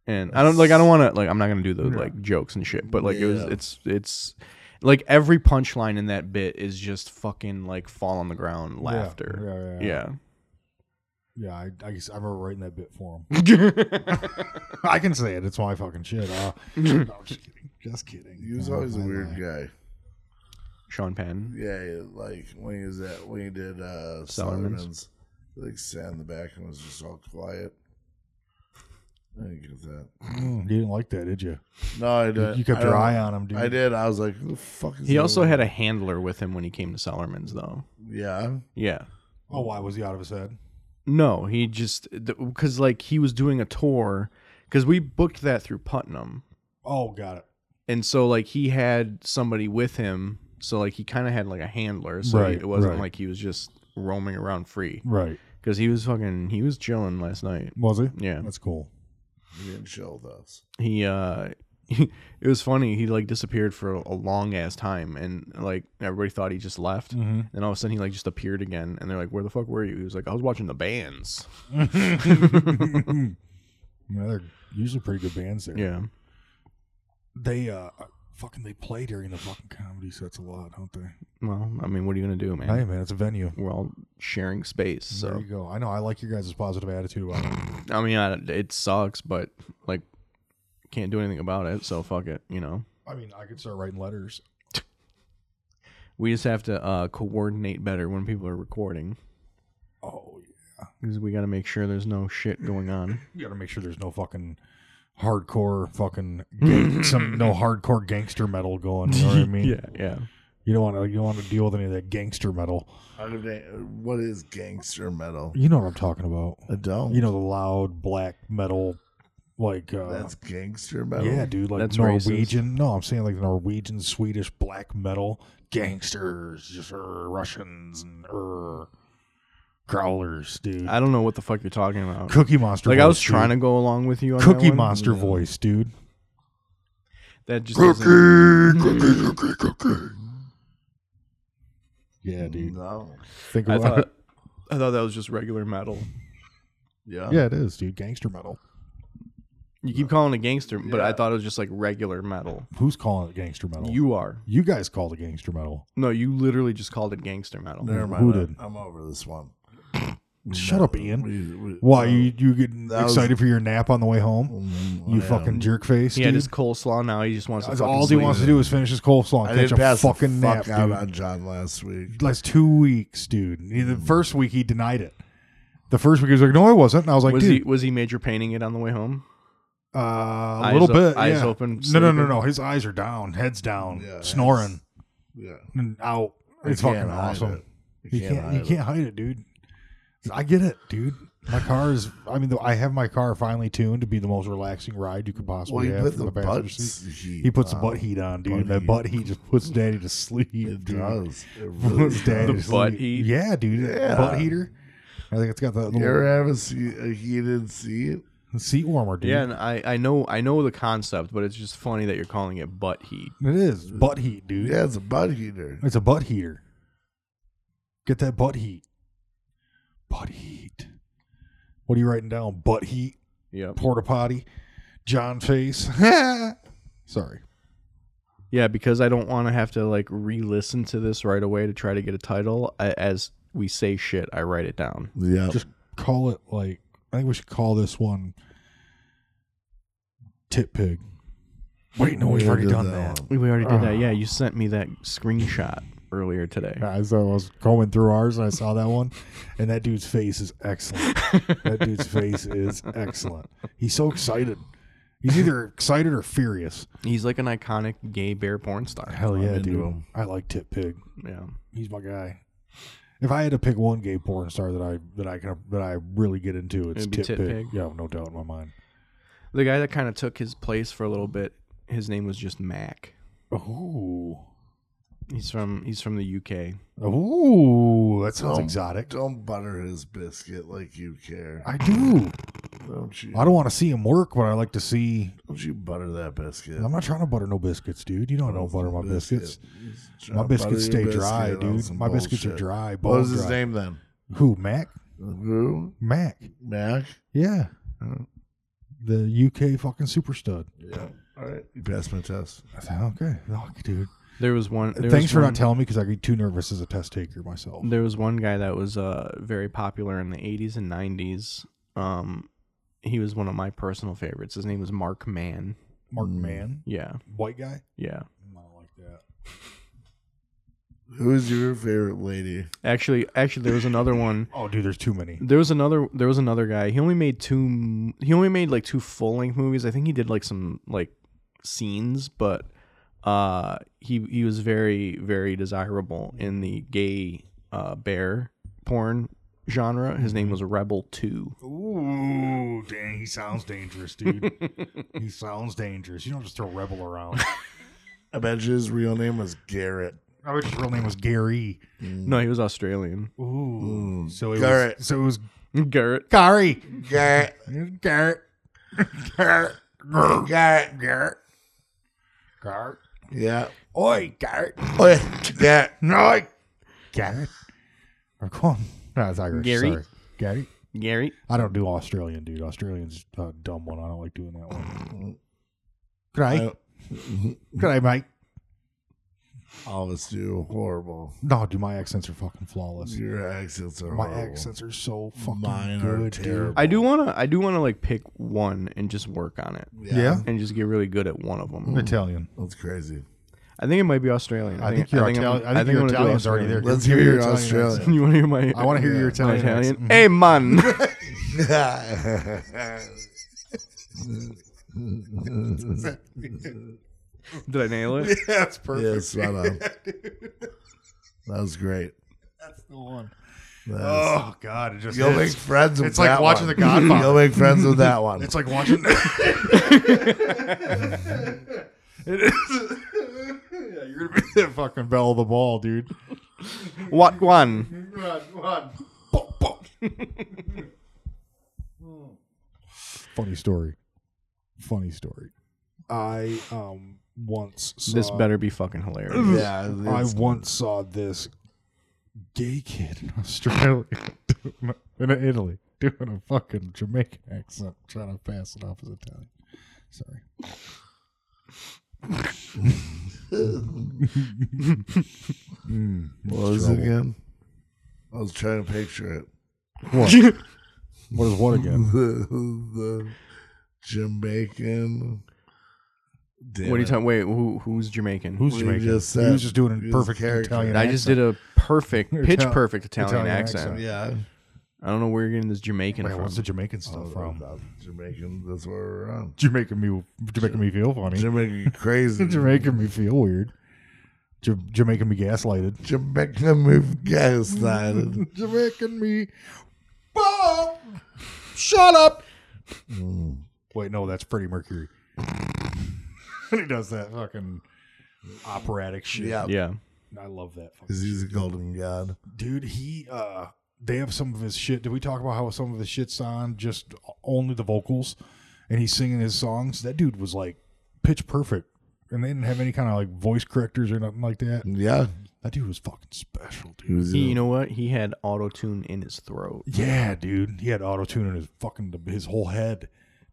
S2: And I don't like I don't want to like I'm not going to do the like jokes and shit, but like it was
S4: Yeah.
S2: it's it's like every punchline in that bit is just fucking like fall on the ground laughter.
S3: Yeah. Yeah. yeah.
S2: Yeah.
S3: Yeah, I, I, guess I remember writing that bit for him.
S4: *laughs*
S3: I can say it. It's my fucking shit. Uh, no, just kidding. Just kidding.
S4: He was
S3: Uh,
S4: always a
S3: I
S4: weird
S3: lie.
S4: guy.
S2: Sean Penn.
S4: Yeah, yeah, like when he was at when he did uh
S2: Solomon's.
S4: Solomon's, he, like sat in the back and was just all quiet. I didn't get that.
S3: Mm, you didn't like that, did you?
S4: No, I
S3: You,
S4: did.
S3: you kept your eye on him, dude.
S4: I did. I was like, who the fuck is
S2: He
S4: that
S2: also
S4: over
S2: had a handler with him when he came to Sellerman's though.
S4: there? Yeah.
S2: Yeah.
S3: Oh, why was he out of his head?
S2: No, he just because like he was doing a tour because we booked that through Putnam.
S3: Oh, got it.
S2: and so like he had somebody with him so like he kind of had like a handler so
S3: Right,
S2: it wasn't
S3: right.
S2: like he was just roaming around free
S3: Right.
S2: because he was fucking he was chilling last night
S3: Was he?
S2: yeah
S3: That's cool.
S4: He didn't show those.
S2: he uh *laughs* it was funny he like disappeared for a long ass time and like everybody thought he just left
S3: Mm. *laughs*
S4: Mm-hmm.
S2: and all of a sudden he like just appeared again and they're like where the fuck were you he was like i was watching the bands
S3: Yeah, they're usually pretty good bands there.
S2: yeah
S3: They uh, fucking they play during the fucking comedy sets a lot, don't they?
S2: well i mean what are you gonna do man
S3: Hey man, it's a venue.
S2: we're all sharing space
S3: There
S2: so
S3: you go. I know. I like your guys' positive attitude about it.
S2: I mean, I, it sucks, but like, can't do anything about it. So fuck it, you know.
S3: I mean, I could start writing letters.
S2: We just have to uh, coordinate better when people are recording
S3: Oh,
S2: because we got to make sure there's no shit going on.
S3: you got to make sure there's no fucking hardcore fucking
S2: *laughs*
S3: gang- some no hardcore gangster metal going. You know what I mean? *laughs*
S2: yeah.
S3: You don't want to. You don't want to deal with any of that gangster metal.
S4: How did they- What is gangster metal?
S3: You know what I'm talking about.
S4: I don't.
S3: You know the loud black metal, like uh,
S4: that's gangster metal.
S3: yeah, dude, like
S2: That's
S3: Norwegian. No, I'm saying like Norwegian, Swedish black metal gangsters, just uh, Russians and uh, growlers, dude.
S2: I don't know what the fuck you're talking about.
S3: Cookie Monster.
S2: Like
S3: voice,
S2: I was
S3: dude.
S2: trying to go along with you on
S3: Cookie
S2: that one.
S3: Monster voice, dude.
S2: That just doesn't-
S3: Yeah, dude.
S4: No.
S3: Think
S2: I
S3: about
S2: thought
S3: it.
S2: I thought that was just regular metal.
S4: Yeah.
S3: Yeah, it is, dude. Gangster metal.
S2: You keep calling it gangster, but I thought it was just like regular metal.
S3: Who's calling it gangster metal?
S2: You are.
S3: You guys called it gangster metal.
S2: No, you literally just called it gangster metal.
S4: Never
S3: Who
S4: mind.
S3: did?
S4: I'm over this one.
S3: *sniffs* Shut up, Ian.
S4: We- we-
S3: Why you you getting
S4: That was-
S3: Uh, excited for your nap on the way home?
S4: Mm,
S3: You
S4: I am.
S3: fucking jerk face.
S2: He had
S3: dude.
S2: his coleslaw. Now he just wants to.
S3: That's
S2: fucking
S3: all he
S2: sleep.
S3: wants to do is finish his coleslaw
S4: I
S3: and catch
S4: didn't
S3: a
S4: pass
S3: fucking
S4: the
S3: nap,
S4: fuck out
S3: dude.
S4: on Hmm. John last week.
S3: Last two weeks, dude. The first week he denied it. The first week he was like, "No, I wasn't." And I was like,
S2: was
S3: "Dude,
S2: he was he major painting it on the way home?
S3: uh, a little
S2: o-
S3: bit,
S2: eyes
S3: yeah.
S2: open,
S3: No, no, no,
S2: sleeping.
S3: no. His eyes are down, heads down,
S4: Yeah,
S3: snoring,
S4: Yeah,
S3: and out.
S4: I
S3: It's
S4: can't
S3: fucking
S4: hide
S3: awesome.
S4: it.
S3: You can't, you
S4: hide it.
S3: can't hide it, dude. I get it, dude. My car is. I mean, I have my car finally tuned to be the most relaxing ride you could
S4: Well,
S3: possibly
S4: he
S3: have.
S4: put
S3: from
S4: the
S3: the passenger
S4: butt
S3: seat.
S4: heat.
S3: He puts the
S4: on.
S3: butt heat on, dude.
S4: Butt
S3: and that
S4: heat.
S3: butt heat just puts Daddy to sleep.
S4: It
S3: dude.
S4: does. It
S3: *laughs*
S4: really
S3: Puts Daddy
S2: The
S3: to
S4: does.
S2: butt
S3: sleep.
S2: heat?
S3: Yeah, dude. that
S4: Yeah.
S3: Butt heater. I think it's got the
S4: You ever
S3: little
S4: have a, seat, a heated seat?
S3: seat warmer, dude.
S2: Yeah, and I, I know I know the concept, but it's just funny that you're calling it butt heat.
S3: it is butt heat, dude.
S4: Yeah, it's a butt heater.
S3: It's a butt heater. Get that butt heat. Butt heat. What are you writing down? Butt heat.
S2: Yep.
S3: porta potty, John face. *laughs* Sorry.
S2: Yeah, because I don't want to have to like re-listen to this right away to try to get a title. I, as we say shit, I write it down.
S4: Yeah.
S3: Just call it like I think we should call this one Tit Pig. Wait, no, we've
S4: Yeah,
S3: already
S4: did
S3: done
S4: that
S3: that.
S4: one.
S2: We already did that. Yeah, you sent me that screenshot earlier today.
S3: I saw I was combing through ours and I saw that one. And that dude's face is *laughs* excellent. that dude's face is excellent. He's so excited. He's either excited or furious.
S2: He's like an iconic gay bear porn star.
S3: Hell yeah,
S4: into
S3: dude.
S4: him.
S3: I like Tit Pig.
S2: Yeah.
S3: He's my guy. If I had to pick one gay porn star that I that I can that I really get into, it's
S2: It'd be
S3: Tit
S2: Tit
S3: Pig.
S2: Pig.
S3: Yeah, no doubt in my mind.
S2: The guy that kind of took his place for a little bit, his name was just Mac.
S3: Ooh,
S2: He's from he's from the UK.
S3: ooh, that sounds
S4: Don't-
S3: exotic.
S4: Don't butter his biscuit like you care.
S3: I do.
S4: Don't you?
S3: I don't want to see him work, but I like to see.
S4: Don't you butter that biscuit?
S3: I'm not trying to butter no biscuits, dude. You know I don't butter my biscuits.
S4: Just
S3: My
S4: butter
S3: biscuits
S4: your
S3: stay
S4: biscuit
S3: dry,
S4: on
S3: dude.
S4: some
S3: My biscuits are
S4: bullshit.
S3: dry.
S4: What was
S3: bone
S4: his
S3: dry.
S4: name then?
S3: Who? Mac.
S4: Who?
S3: Mac.
S4: Mac?
S3: Yeah.
S4: Oh.
S3: The UK fucking super stud.
S4: Yeah. All right. You passed my test.
S3: I said, okay, Fuck, dude.
S2: There was one. There
S3: Thanks
S2: was
S3: for
S2: one,
S3: not telling me because I get too nervous as a test taker myself.
S2: There was one guy that was uh very popular in the 80s and 90s. Um, he was one of my personal favorites. His name was Mark Mann.
S3: Mark
S4: Mm.
S3: Mann,
S2: Yeah,
S3: white guy.
S2: yeah.
S3: I don't like that.
S4: Who's your favorite lady?
S2: Actually, actually, there was another one.
S3: Oh, dude, there's too many.
S2: There was another. There was another guy. He only made two. m- He only made like two full length movies. I think he did like some like scenes, but uh, he he was very very desirable in the gay uh, bear porn genre. His
S3: Mm-hmm.
S2: name was Rebel Two.
S3: Ooh, dang, he sounds dangerous, dude. he sounds dangerous. You don't just throw Rebel *laughs* around.
S4: I bet you his real name was Garrett.
S3: I wish Oh, his real name was Gary.
S4: Mm.
S2: No, he was Australian. *laughs*
S3: Ooh,
S4: Ooh,
S3: so it
S4: Garrett.
S3: was so it was
S2: Garrett.
S3: Gary.
S4: Garrett.
S3: *laughs* Garrett. Garrett.
S4: Garrett.
S3: Garrett. Garrett.
S4: Yeah.
S3: Oi, Garrett.
S4: Oi, Garrett.
S3: No, Garrett. I'm calling. No, it's Irish.
S2: Gary.
S3: Sorry. Gary.
S2: Gary.
S3: I don't do Australian, dude. Australian's a dumb one. I don't like doing that *laughs* one. Good night. Good night, mate.
S4: All of us do horrible.
S3: No, dude, my accents are fucking flawless.
S4: Your accents are
S3: My
S4: horrible.
S3: accents are so fucking
S4: Mine are
S3: good, dude.
S4: terrible.
S2: I do wanna I do wanna like pick one and just work on it
S4: Yeah.
S3: Yeah.
S2: and just get really good at one of them.
S3: Italian.
S4: That's crazy.
S3: *laughs*
S2: I think it might be Australian.
S3: I think your
S2: I'm-
S3: Italian. I
S2: I'm
S3: think your
S2: gonna do
S3: Italian's already there.
S2: Australian.
S4: Let's
S3: Give me
S4: hear your
S3: Italian
S4: Australian.
S2: *laughs*
S3: accent.
S2: You want to hear my?
S3: I want to hear your
S2: my
S3: Italian. Mm-hmm.
S2: Italian.
S3: accent.
S2: Hey
S3: *laughs*
S2: man. Did I nail
S3: *laughs*
S2: it?
S3: That's perfect.
S4: yes, right
S3: *laughs*
S4: on. That was great.
S3: That's the one.
S4: That is-
S3: Oh God, it just
S4: You'll
S3: hits.
S4: make friends with
S3: It's like
S4: that
S3: watching
S4: one.
S3: The *laughs* Godfather.
S4: You'll make friends with that one.
S3: It's like watching. *laughs* it is. *laughs* yeah, you're gonna be the fucking bell of the ball, dude.
S2: What one?
S3: Run, run. Bop, bop. Funny story. Funny story. I um once saw,
S2: This better be fucking hilarious.
S3: Mm-hmm.
S4: yeah,
S3: I
S4: it's-
S3: once saw this gay kid in *laughs* Australia, doing a- in Italy, doing a fucking Jamaican accent, trying to pass it off as Italian.
S5: Sorry.
S4: What was it again? I was trying to picture it.
S3: *laughs* What? what is what *laughs* again?
S4: The, the Jamaican. Damn
S2: What are you
S4: it.
S2: talking? Wait, who who's Jamaican?
S3: Who's
S4: We
S3: Jamaican?
S4: just
S3: He
S4: said-
S3: was just doing
S4: we
S3: a
S4: just
S3: perfect
S4: character.
S3: Italian.
S2: I just did a
S3: *laughs*
S2: perfect,
S3: Ital-
S2: pitch perfect Italian,
S3: Italian
S2: accent.
S3: accent.
S4: Yeah.
S2: I don't know where you're getting this Jamaican
S3: Man,
S2: from.
S3: what's the Jamaican stuff
S4: Oh,
S3: from?
S4: that's Jamaican. That's where we're on.
S3: Jamaican me, Jamaican me feel funny. *laughs*
S4: Jamaican crazy.
S3: Jamaican me feel weird. Ja- Jamaican me gaslighted.
S4: Jamaican move
S3: *laughs*
S4: gaslighted.
S3: Jamaican me. Bob, shut up. Mm. Wait, no, that's Freddie Mercury. *laughs* he does that fucking operatic shit.
S4: Yeah.
S2: yeah,
S3: I love that. Fucking
S4: Because he's a golden god.
S3: dude he uh they have some of his shit did we talk about how some of his shit's on just only the vocals and he's singing his songs that dude was like pitch perfect and they didn't have any kind of like voice correctors or nothing like that
S4: Yeah.
S3: that dude was fucking special dude
S4: He was
S2: he, you
S4: a-
S2: know what? He had auto tune in his throat.
S3: yeah dude he had auto tune in his fucking his whole head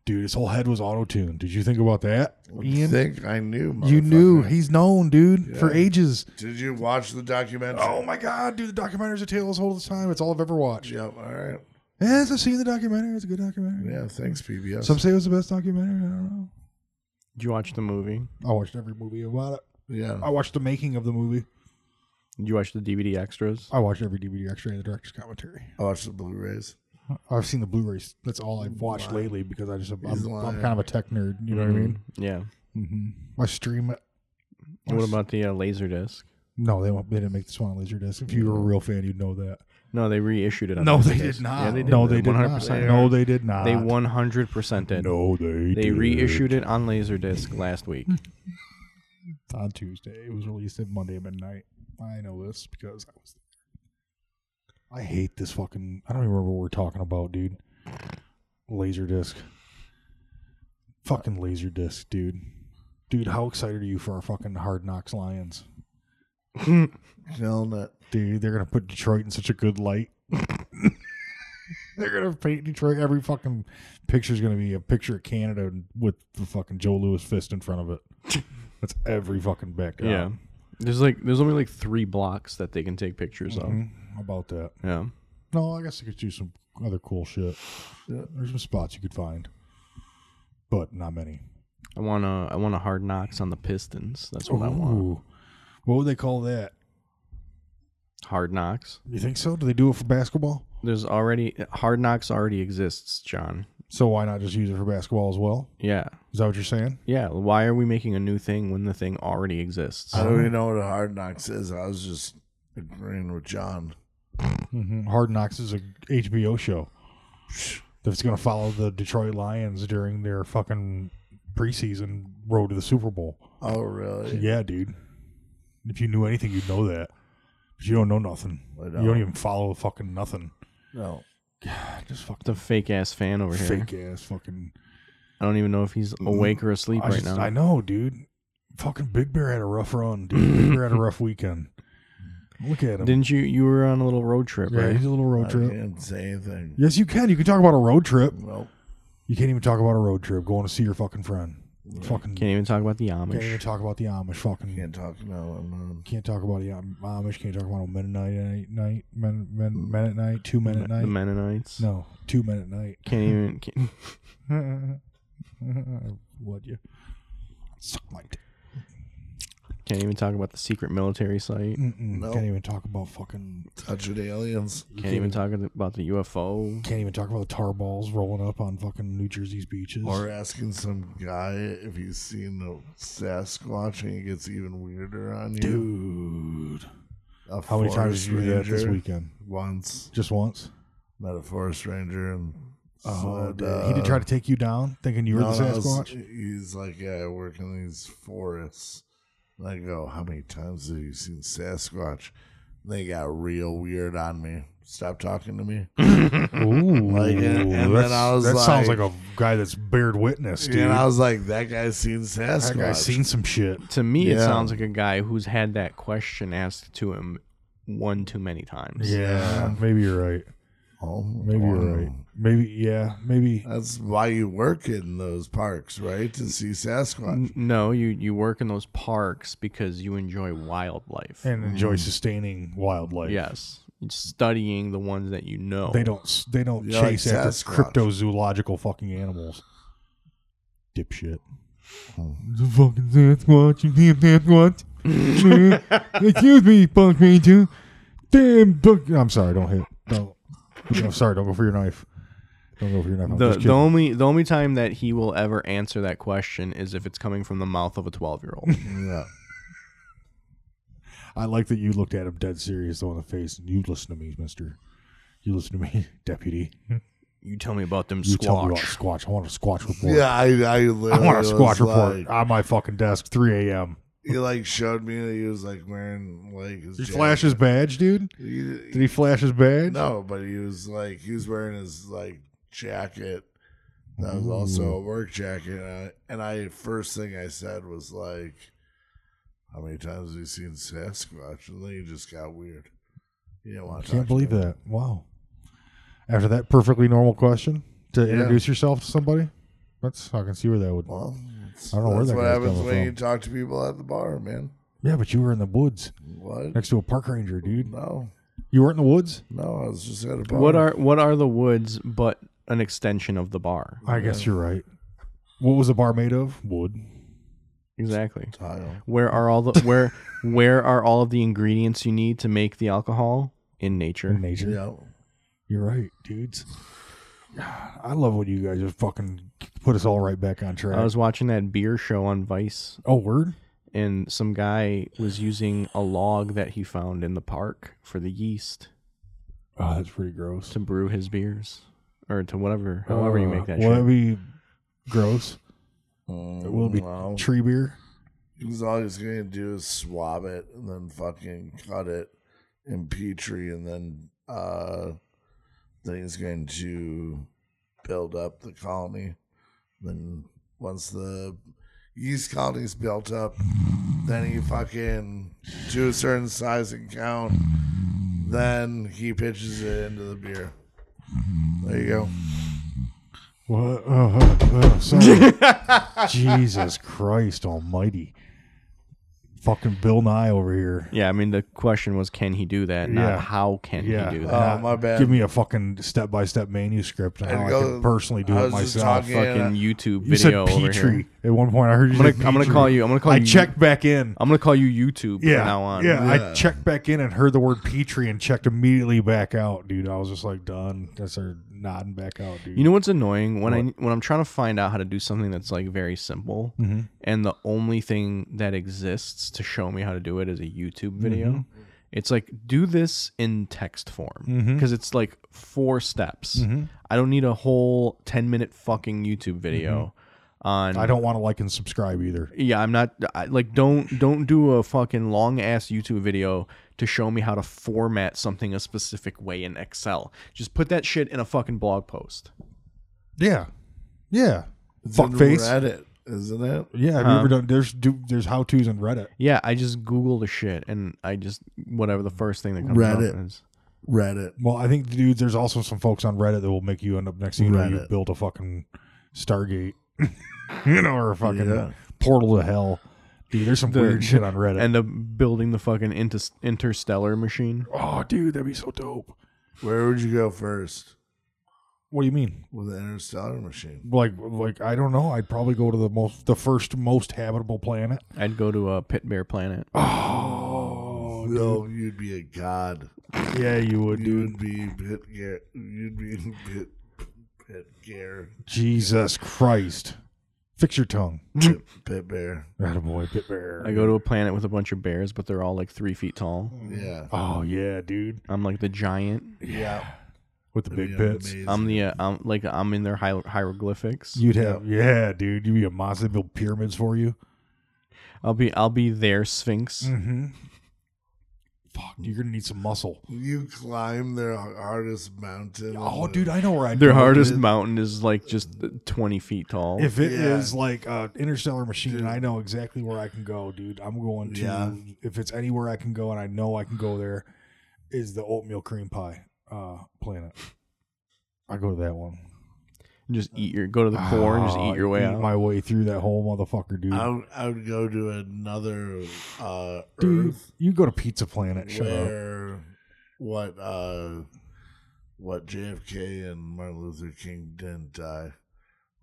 S3: dude his whole head was auto tuned did you think about that
S4: I
S3: ian
S4: think I knew.
S3: you knew
S4: motherfucker.
S3: he's known dude for
S4: Yeah.
S3: ages
S4: Did you watch the documentary?
S3: oh my god dude the documentaries are tales all the time it's all i've ever watched
S4: Yep. All right.
S3: yes i've seen the documentary it's a good documentary
S4: Yeah. Thanks, PBS.
S3: Some say it was the best documentary. I don't
S2: Did you watch the movie?
S3: know. I watched every movie about it.
S4: yeah.
S3: I watched the making of the movie.
S2: Did you watch the DVD extras?
S3: I watched every DVD extra and the director's commentary.
S4: I watched the Blu-rays.
S3: I've seen the Blu-rays. That's all I've watched lately because I just I'm,
S4: He's
S3: I'm
S4: lying.
S3: kind of a tech nerd. You know what I mean? Mm-hmm.
S2: Yeah.
S3: I stream it.
S2: What about the uh, laser disc?
S3: No, they won't. They didn't make this one on Laserdisc. If you were a real fan, you'd know that.
S2: No, they reissued it. On Laserdisc. Yeah, they did.
S3: No, they did
S2: 100%.
S3: not. No, they did not.
S2: They 100% did.
S3: No, they.
S2: They
S3: did.
S2: reissued it on Laserdisc last week.
S3: Mm-hmm. on Tuesday. It was released at Monday midnight. I know this because I was there. I hate this fucking. I don't even remember what we're talking about, dude. Laserdisc. Fucking Laserdisc, dude. Dude, how excited are you for our fucking Hard Knocks Lions?
S4: Killing it.
S3: Dude, they're going to put Detroit in such a good light. *laughs* they're going to paint Detroit. Every fucking picture's going to be a picture of Canada with the fucking Joe Lewis fist in front of it. That's every fucking background.
S2: Yeah. There's like there's only like three blocks that they can take pictures
S3: Mhm. about that.
S2: of. Yeah.
S3: No, I guess I could do some other cool shit. There's some spots you could find, but not many.
S2: I want to I want a hard knocks on the Pistons. That's what I want.
S3: Ooh. What would they call that?
S2: Hard knocks.
S3: You think so? Do they do it for basketball?
S2: There's already uh, hard knocks already exists, John.
S3: So why not just use it for basketball as well?
S2: Yeah.
S3: Is that what you're saying?
S2: Yeah, why are we making a new thing when the thing already exists?
S4: I don't even know what a hard knocks is. I was just agreeing with John.
S3: Mm-hmm. Hard Knocks is a HBO show that's going to follow the Detroit Lions during their fucking preseason road to the Super Bowl.
S4: Oh, really?
S3: Yeah, dude. If you knew anything, you'd know that. But you don't know nothing.
S4: I
S3: You
S4: don't.
S3: don't even follow
S2: *sighs*
S3: fucking nothing.
S4: No.
S3: Just fucking
S2: the fake ass fan over here.
S3: fake ass fucking.
S2: I don't even know if he's awake or asleep
S3: I,
S2: right
S3: just-
S2: now.
S3: I know, dude. Fucking Big Bear had a rough run,
S2: *laughs*
S3: dude. Big Bear had a rough weekend. Look at him.
S2: Didn't you? You were on a little road trip,
S3: yeah,
S2: right?
S3: he's a little road
S4: I
S3: trip.
S4: can't say anything.
S3: Yes, you can. You can talk about a road trip.
S4: Nope.
S3: You can't even talk about a road trip. Going to see your fucking friend. Fucking
S2: Can't even talk about the Amish.
S3: can't even talk about the Amish. Fucking
S4: Can't talk now. I'm on.
S3: can't talk about the Am- Amish. Can't talk about midnight night night men
S4: Mm.
S3: men men at night. Two men at
S2: the
S3: night.
S2: Mennonites.
S3: No, two men at night.
S2: Can't even. Can't,
S3: *laughs* What you? Suck my dick.
S2: can't even talk about the secret military site. Can't,
S3: Mm-mm.
S4: No.
S3: Can't even talk about fucking
S4: Touch with aliens.
S2: even talk about the UFO.
S3: Can't even talk about the tar balls rolling up on fucking New Jersey's beaches.
S4: Or asking some guy if he's seen a Sasquatch and it gets even weirder on you.
S3: Dude,
S4: A
S3: how many times
S4: forest
S3: did you do that this
S4: ranger.
S3: weekend?
S4: Once.
S3: Just once.
S4: Met a forest ranger and.
S3: Oh,
S4: said, uh,
S3: dude. he did try to take you down, thinking you were
S4: No,
S3: the
S4: no, it's-
S3: Sasquatch.
S4: he's like, yeah, I work in these forests. And I go, how many times have you seen Sasquatch? And they got real weird on me. Stop talking
S3: *laughs*
S4: to me.
S3: Ooh,
S4: Like, and- and then
S3: that's-
S4: I was
S3: that sounds like
S4: like-
S3: a guy that's bared witness, dude.
S4: And I was like, that guy's seen Sasquatch.
S3: that guy's seen some shit.
S2: To me, it
S4: Yeah.
S2: sounds like a guy who's had that question asked to him one too many times.
S3: Yeah, maybe you're right.
S4: Oh,
S3: Maybe
S4: wow.
S3: you're right. Maybe yeah. Maybe
S4: That's why you work in those parks, right? To see Sasquatch.
S2: N- No, you you work in those parks because you enjoy wildlife.
S3: and enjoy sustaining wildlife.
S2: yes, studying the ones that you know.
S3: They don't. s- They don't
S4: Yeah,
S3: chase
S4: like
S3: after
S4: Sasquatch.
S3: cryptozoological fucking animals. Dipshit.
S4: Oh.
S3: The fucking Sasquatch. You damn Sasquatch. Eh, Excuse me, Punk Ranger. Damn. Punk- I'm sorry. Don't hit. Don't. I'm sorry. Don't go for your knife. Don't go for your knife. I'm
S2: The,
S3: just
S2: the
S3: kidding.
S2: only the only time that he will ever answer that question is if it's coming from the mouth of a twelve
S3: *laughs*
S2: year old.
S4: Yeah.
S3: I like that you looked at him dead serious though in the face. and You listen to me, Mister. You listen to me, *laughs* Deputy.
S2: you tell me about them
S3: You tell me about
S2: squatch.
S3: Squatch. I want a Squatch report.
S4: Yeah, I, I literally
S3: I want a Squatch
S4: was
S3: report
S4: like-
S3: on my fucking desk, 3 a.m.
S4: he like showed me that he was like wearing like
S3: Did
S4: his
S3: he
S4: jacket.
S3: flash his badge, dude?
S4: He-
S3: Did he flash his badge?
S4: No, but he was like he was wearing his like jacket that was also a work jacket, and I, and I first thing I said was like, "How many times have you seen Sasquatch?" And then he just got weird. He didn't
S3: I
S4: want to.
S3: can't believe that. Wow. After that perfectly normal question to
S4: Yeah.
S3: introduce yourself to somebody, that's I can see where that would.
S4: Well, that's,
S3: I don't know where
S4: that's
S3: that
S4: what
S3: guy's
S4: happens
S3: coming
S4: when you
S3: from.
S4: talk to people at the bar, man.
S3: Yeah, but you were in the woods
S4: What?
S3: next to a park ranger, dude.
S4: No,
S3: You weren't in the woods.
S4: no, I was just at a bar.
S2: What are what are the woods but an extension of the bar?
S3: I guess you're right. What was the bar made of? Wood.
S2: Exactly.
S4: Tile.
S2: Where are all
S3: *laughs*
S2: the where where are all of the ingredients you need to make the alcohol in nature?
S3: Nature.
S4: Yeah,
S3: You're right, dudes. *sighs* I love when you guys just fucking put us all right back on track.
S2: I was watching that beer show on Vice,
S3: oh, word?
S2: and some guy was using a log that he found in the park for the yeast
S3: Oh, that's pretty gross.
S2: to brew his beers, or to whatever, however you make that
S3: Will it
S2: shit.
S3: be gross?
S4: Mm,
S3: It will be
S4: well,
S3: tree beer.
S4: Because all he's gonna do is swab it and then fucking cut it in Petri and then uh then he's going to build up the colony. Then once the yeast colony's built up, then he fucking to a certain size and count, then he pitches it into the beer. There you go.
S3: What? Oh, oh, oh,
S2: *laughs*
S3: sorry. Jesus Christ Almighty! Fucking Bill Nye over here.
S2: Yeah, I mean the question was, can he do that? Not
S3: Yeah.
S2: how can
S3: Yeah.
S2: he do that?
S4: Uh,
S3: Not-
S4: my bad.
S3: Give me a fucking step-by-step manuscript on
S4: I'd
S3: how I
S4: go-
S3: can personally do
S4: I
S3: it
S4: was just
S3: myself.
S4: talking-
S2: Fucking
S4: yeah.
S2: YouTube
S3: You said
S2: video over
S3: Petrie
S2: here.
S3: at one point. I heard you.
S2: I'm gonna
S3: said
S2: I'm gonna
S3: Petrie.
S2: call you. I'm gonna call
S3: I
S2: you.
S3: checked back in.
S2: I'm gonna call you YouTube
S3: yeah,
S2: from now on.
S3: Yeah, I
S4: Yeah.
S3: checked back in and heard the word Petrie and checked immediately back out, dude. I was just like done. I started nodding back out, dude.
S2: You know what's annoying when I when I'm trying to find out how to do something that's like very simple, and the only thing that exists to show me how to do it is a YouTube video. It's like do this in text form because it's like four steps. I don't need a whole ten minute fucking YouTube video on.
S3: I don't want to like and subscribe either.
S2: yeah, I'm not I, like don't don't do a fucking long ass YouTube video to show me how to format something a specific way in Excel. Just put that shit in a fucking blog post.
S3: Yeah, yeah.
S4: It's in
S3: Fuckface.
S4: Reddit, isn't it?
S3: Yeah, have you ever done? There's do, there's how tos in Reddit.
S2: Yeah, I just Google the shit and I just whatever the first thing that comes up
S4: Reddit.
S2: is.
S4: Reddit.
S3: Well, I think dude, there's also some folks on Reddit that will make you end up next thing you know you
S4: Reddit.
S3: built a fucking Stargate, *laughs* you know, or a fucking
S4: Yeah.
S3: portal to hell. Dude, there's some weird shit on Reddit.
S2: End up building the fucking inter- interstellar machine.
S3: oh, dude, that'd be so dope.
S4: Where would you go first?
S3: What do you mean?
S4: With an interstellar machine.
S3: like like I don't know. I'd probably go to the most the first most habitable planet.
S2: I'd go to a pit bear planet.
S3: Oh,
S4: No, you'd be a god.
S3: yeah, you would,
S4: You
S3: dude.
S4: would be Pit Gear. You'd be *laughs* Pit Pit Gear.
S3: Jesus Christ, fix your tongue.
S4: Pit,
S3: *laughs*
S4: pit Bear.
S3: Attaboy, pit bear.
S2: I go to a planet with a bunch of bears, but they're all like three feet tall.
S4: Yeah.
S3: Oh yeah, dude,
S2: I'm like the giant.
S4: Yeah.
S3: with the big
S4: That'd be
S3: pits. Um,
S4: amazing.
S2: I'm the uh, I'm like I'm in their hier- hieroglyphics.
S3: You'd have yeah, dude. You'd be a monster that'd build pyramids for you.
S2: I'll be I'll be their sphinx.
S3: Mm-hmm. Fuck, you're gonna need some muscle.
S4: You climb their hardest mountain.
S3: Oh,
S4: and
S3: dude, I know where I'd
S2: Their
S3: go.
S2: hardest mountain is like just 20 feet tall.
S3: If it is
S4: Yeah.
S3: like an interstellar machine, I know exactly where I can go, dude. I'm going to.
S4: Yeah.
S3: If it's anywhere I can go, and I know I can go there, is the oatmeal cream pie uh, planet. I go to that one.
S2: And just eat your go to the core and just
S3: Ah,
S2: eat your way out.
S3: my way through that whole motherfucker, dude.
S4: I would, I would go to another uh,
S3: dude,
S4: Earth
S3: you go to Pizza Planet. Shut up.
S4: where what uh, what JFK and Martin Luther King didn't die,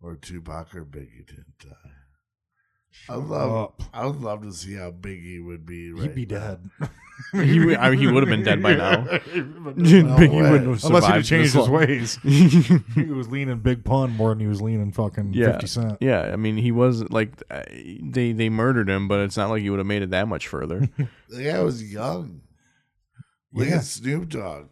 S4: or Tupac or Biggie didn't die. I love.
S3: up.
S4: I would love to see how Biggie would be. Right
S3: He'd be
S4: now.
S3: dead.
S2: he would- I mean, he would have been dead by now.
S4: *laughs* No
S2: Biggie
S4: way.
S2: wouldn't have
S3: Unless he'd have
S2: survived this
S3: changed his
S2: long. *laughs*
S3: ways. he was leaning Big Pun more than he was leaning fucking
S2: Yeah.
S3: 50 Cent.
S2: Yeah, I mean, he was like uh, they they murdered him, but it's not like he would have made it that much further.
S3: *laughs*
S4: The guy was young. Look
S3: Yeah.
S4: at Snoop Dogg.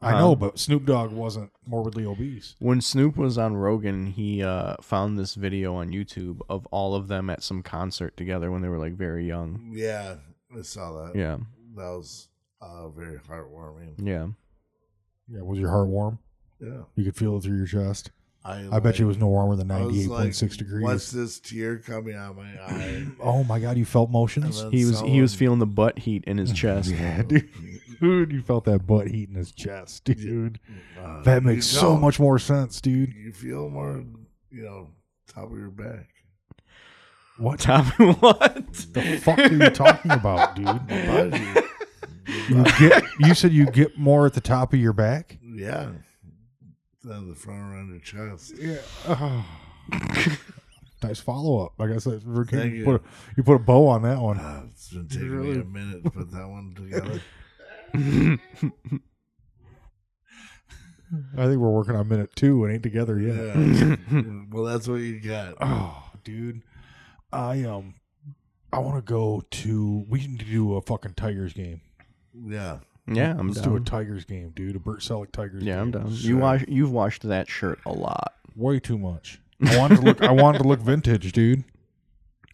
S3: I know,
S2: Um,
S3: but Snoop Dogg wasn't morbidly obese.
S2: when Snoop was on Rogan, he uh, found this video on YouTube of all of them at some concert together when they were like very young.
S4: Yeah, I saw that.
S2: Yeah,
S4: That was uh, very heartwarming.
S2: yeah.
S3: Yeah, was your heart warm?
S4: Yeah.
S3: You could feel it through your chest.
S4: I,
S3: I bet you it was no warmer than
S4: I was
S3: 98.6
S4: like,
S3: degrees.
S4: What's this tear coming out
S2: *laughs*
S4: of my eye?
S3: Oh my god, you felt
S4: And
S3: motions?
S4: then
S2: He was he was
S4: someone-
S2: feeling the butt heat in
S3: *laughs*
S2: his chest. *laughs*
S4: *laughs*
S3: Yeah, dude. dude, you felt that butt heat in his chest, dude.
S4: Uh,
S3: That makes
S4: you
S3: so
S4: don't.
S3: much more sense, dude.
S4: You feel more, you know, top of your back.
S3: What
S2: Tom, what?
S3: the fuck are you talking about, dude?
S4: *laughs* Body.
S3: You get you said you get more at the top of your back?
S4: yeah. Then the front around your chest.
S3: Yeah. *sighs* nice follow up. Like I said, you put,
S4: Thank you.
S3: a, you put a bow on that one.
S4: Uh, it's been taking me a minute to put that one
S3: *laughs*
S4: together.
S3: I think we're working on minute two and ain't together yet.
S4: Yeah.
S3: *laughs*
S4: well, that's what you got.
S3: Oh, *sighs* dude, I um, I want to go to. We need to do a fucking Tigers game.
S4: Yeah.
S2: *laughs* Yeah, I'm
S3: Let's
S2: down.
S3: do *laughs* a Tigers game, dude. A Bert Selleck Tigers.
S2: yeah, I'm
S3: game.
S2: down. You wash you've washed that shirt a
S3: *laughs*
S2: lot.
S3: Way too much. I wanted to look. I wanted to look vintage, dude.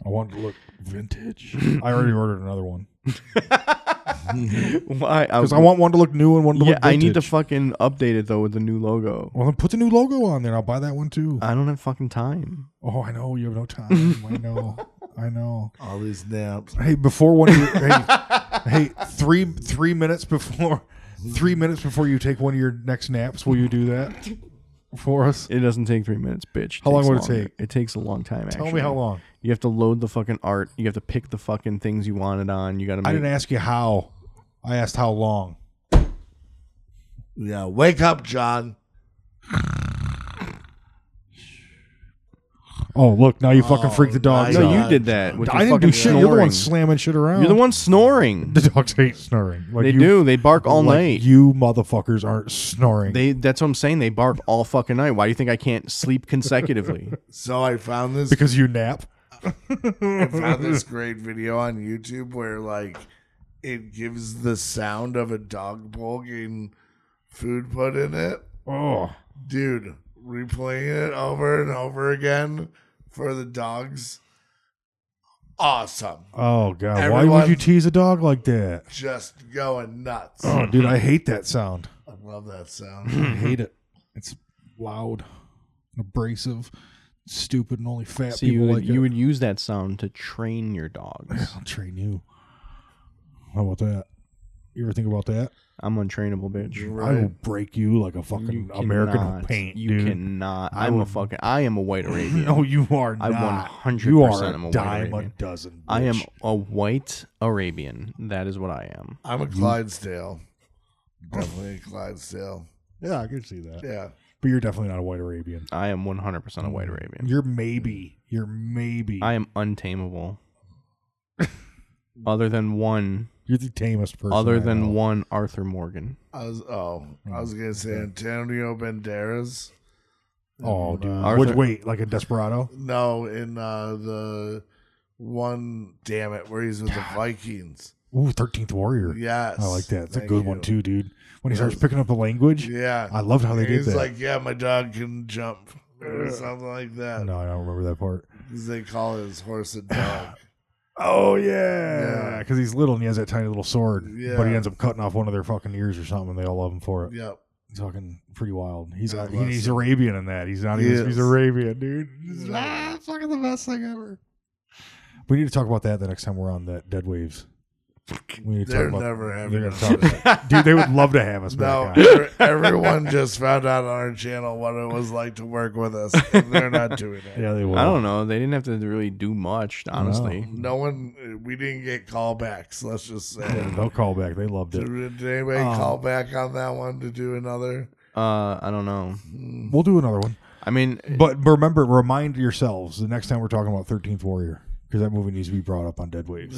S3: I wanted to look vintage. I already ordered
S2: *laughs*
S3: another one
S2: Why?
S3: because I want one to look new and one to
S2: Oh, Yeah,
S3: look.
S2: I
S3: Vintage.
S2: need to fucking update it though with the new logo.
S3: well, then put the new logo on there. I'll buy that one too.
S2: I don't have fucking time.
S3: oh, I know you have
S2: *laughs*
S3: no time. I know. I know.
S4: All these naps.
S3: Hey, before one of
S2: *laughs*
S3: your hey, hey, three three minutes before three minutes before you take one of your next naps, will you do that for us?
S2: It doesn't take three minutes, bitch.
S3: How long
S2: takes
S3: would it
S2: longer.
S3: take?
S2: It takes a long time.
S3: Tell
S2: actually.
S3: me how long.
S2: You have to load the fucking art. You have to pick the fucking things you want it on. You got to make.
S3: I didn't ask you how. I asked how long.
S4: Yeah. Wake up, John.
S3: Oh, look, now you fucking freaked the dogs
S4: nice.
S2: no,
S3: out.
S2: you did that. With your
S3: I didn't do
S2: fucking
S3: shit.
S2: Snoring.
S3: You're the one slamming shit around.
S2: You're the one snoring.
S3: The dogs hate snoring. Like
S2: They
S3: you-
S2: do. They bark all
S3: like
S2: night.
S3: You motherfuckers aren't snoring.
S2: They. That's what I'm saying. They bark all fucking night. Why do you think I can't
S3: *laughs*
S2: sleep consecutively?
S4: So I found this
S3: because you nap.
S4: I found this great video on YouTube where like it gives the sound of a dog bowl getting food put in it.
S3: Oh,
S4: Dude, replaying it over and over again for the dogs. Awesome.
S3: oh god. Why would
S4: Everyone-
S3: you tease a dog like that?
S4: Just going nuts.
S2: Mm-hmm.
S3: Oh, dude, I hate that sound.
S4: I love that sound. *clears throat*
S3: I hate it. It's loud, abrasive, stupid, and only fat
S2: See, you
S3: people
S2: would,
S3: like
S2: you
S3: it.
S2: would use that sound to train your dogs.
S3: *sighs* I'll train you. How about that? You ever think about that?
S2: I'm untrainable, bitch.
S3: I will break you like a fucking
S2: You
S3: American
S2: cannot.
S3: paint,
S2: You
S3: dude.
S2: cannot.
S3: I
S2: I'm a
S3: would-
S2: fucking. I am a
S3: *laughs*
S2: white Arabian.
S3: No, you are
S2: I
S3: not.
S2: 100%
S3: You are
S2: am a
S3: a
S2: white
S3: dime a
S2: Arabian.
S3: dozen.
S2: I am
S3: bitch.
S2: a white Arabian. That is what I am.
S4: I'm a Clydesdale. Definitely a Clydesdale.
S3: Yeah, I can see that.
S4: Yeah.
S3: But you're definitely not a white Arabian.
S2: I am 100% a white Arabian.
S3: Mm, You're maybe. You're maybe.
S2: I am
S3: *laughs*
S2: untamable. other than one,
S3: you're the tamest person.
S2: other
S3: I
S2: than
S3: know.
S2: one Arthur Morgan.
S4: I was oh, I was gonna say Antonio Banderas. uh,
S3: Oh, dude.
S2: Arthur-
S3: Wait, wait, like a desperado?
S4: No, in uh, the one, damn it, where he's with the Vikings.
S3: Ooh, 13th Warrior.
S4: Yes,
S3: I like that. It's a
S4: Thank
S3: good
S4: you.
S3: one too, dude. When he starts
S4: Yes.
S3: picking up the language,
S4: Yeah,
S3: I loved how they did
S4: he's
S3: that.
S4: like, yeah, my dog can jump or something like that.
S3: no, I don't remember that part.
S4: 'Cause they call his horse
S3: *laughs*
S4: a dog.
S3: Oh yeah,
S4: Yeah.
S3: because he's little and he has that tiny little sword, but he
S4: Yeah.
S3: ends up cutting off one of their fucking ears or something. and They all love him for it.
S4: yep.
S3: It's fucking pretty wild. He's
S4: God
S3: he-
S4: bless
S3: he's
S4: him.
S3: Arabian in that. He's not
S4: He
S3: even. He's
S4: is.
S3: Arabian, dude. It's
S4: Yeah.
S3: ah, fucking the best thing ever. We need to talk about that the next time we're on that Dead Waves. We need to
S4: They're
S3: talk about,
S4: never having
S3: they're
S4: us.
S3: gonna talk
S2: *laughs*
S3: about- *laughs* Dude, they would love to
S4: *laughs*
S3: have us
S4: No,
S3: back. on.
S4: ev- everyone just found out on our channel what it was like to work with us. And they're
S3: *laughs*
S4: not doing it.
S3: Yeah, they will.
S2: I don't know. They didn't have to really do much, honestly.
S4: No one, we didn't get callbacks. Let's just say.
S3: Yeah, they'll call back. They loved it.
S4: Did, did anybody
S3: Um,
S4: call back on that one to do another? Hmm.
S2: Uh, I don't know.
S3: *laughs* We'll do another one.
S2: I mean,
S3: But remember, remind yourselves the next time we're talking about 13th Warrior because that movie needs to be brought up on Dead Waves.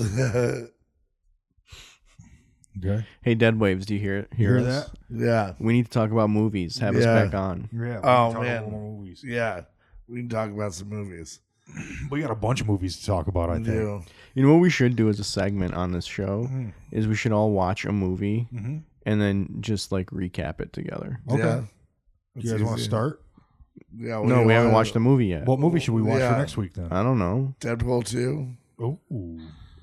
S3: Okay.
S2: hey, Dead Waves, do you hear hear, us?
S4: *laughs* yeah,
S2: We need to talk about movies. Have us
S4: Yeah.
S2: back on.
S3: Yeah. we can
S4: Oh,
S3: talk about
S4: man.
S3: more movies.
S4: yeah. We can talk about some movies.
S3: *clears throat* We got a bunch of movies to talk about, I
S4: We
S3: think.
S4: do.
S2: You know what we should do as a segment on this show
S3: Mm-hmm.
S2: is we should all watch a movie
S3: Mhm.
S2: and then just like recap it together.
S3: Okay.
S4: Yeah.
S3: Do you guys want to start?
S4: Yeah,
S2: No, we haven't watched
S4: them.
S2: the movie yet.
S3: What movie should we watch
S4: Yeah.
S3: for next week then?
S2: I don't know.
S4: Deadpool 2.
S3: oh,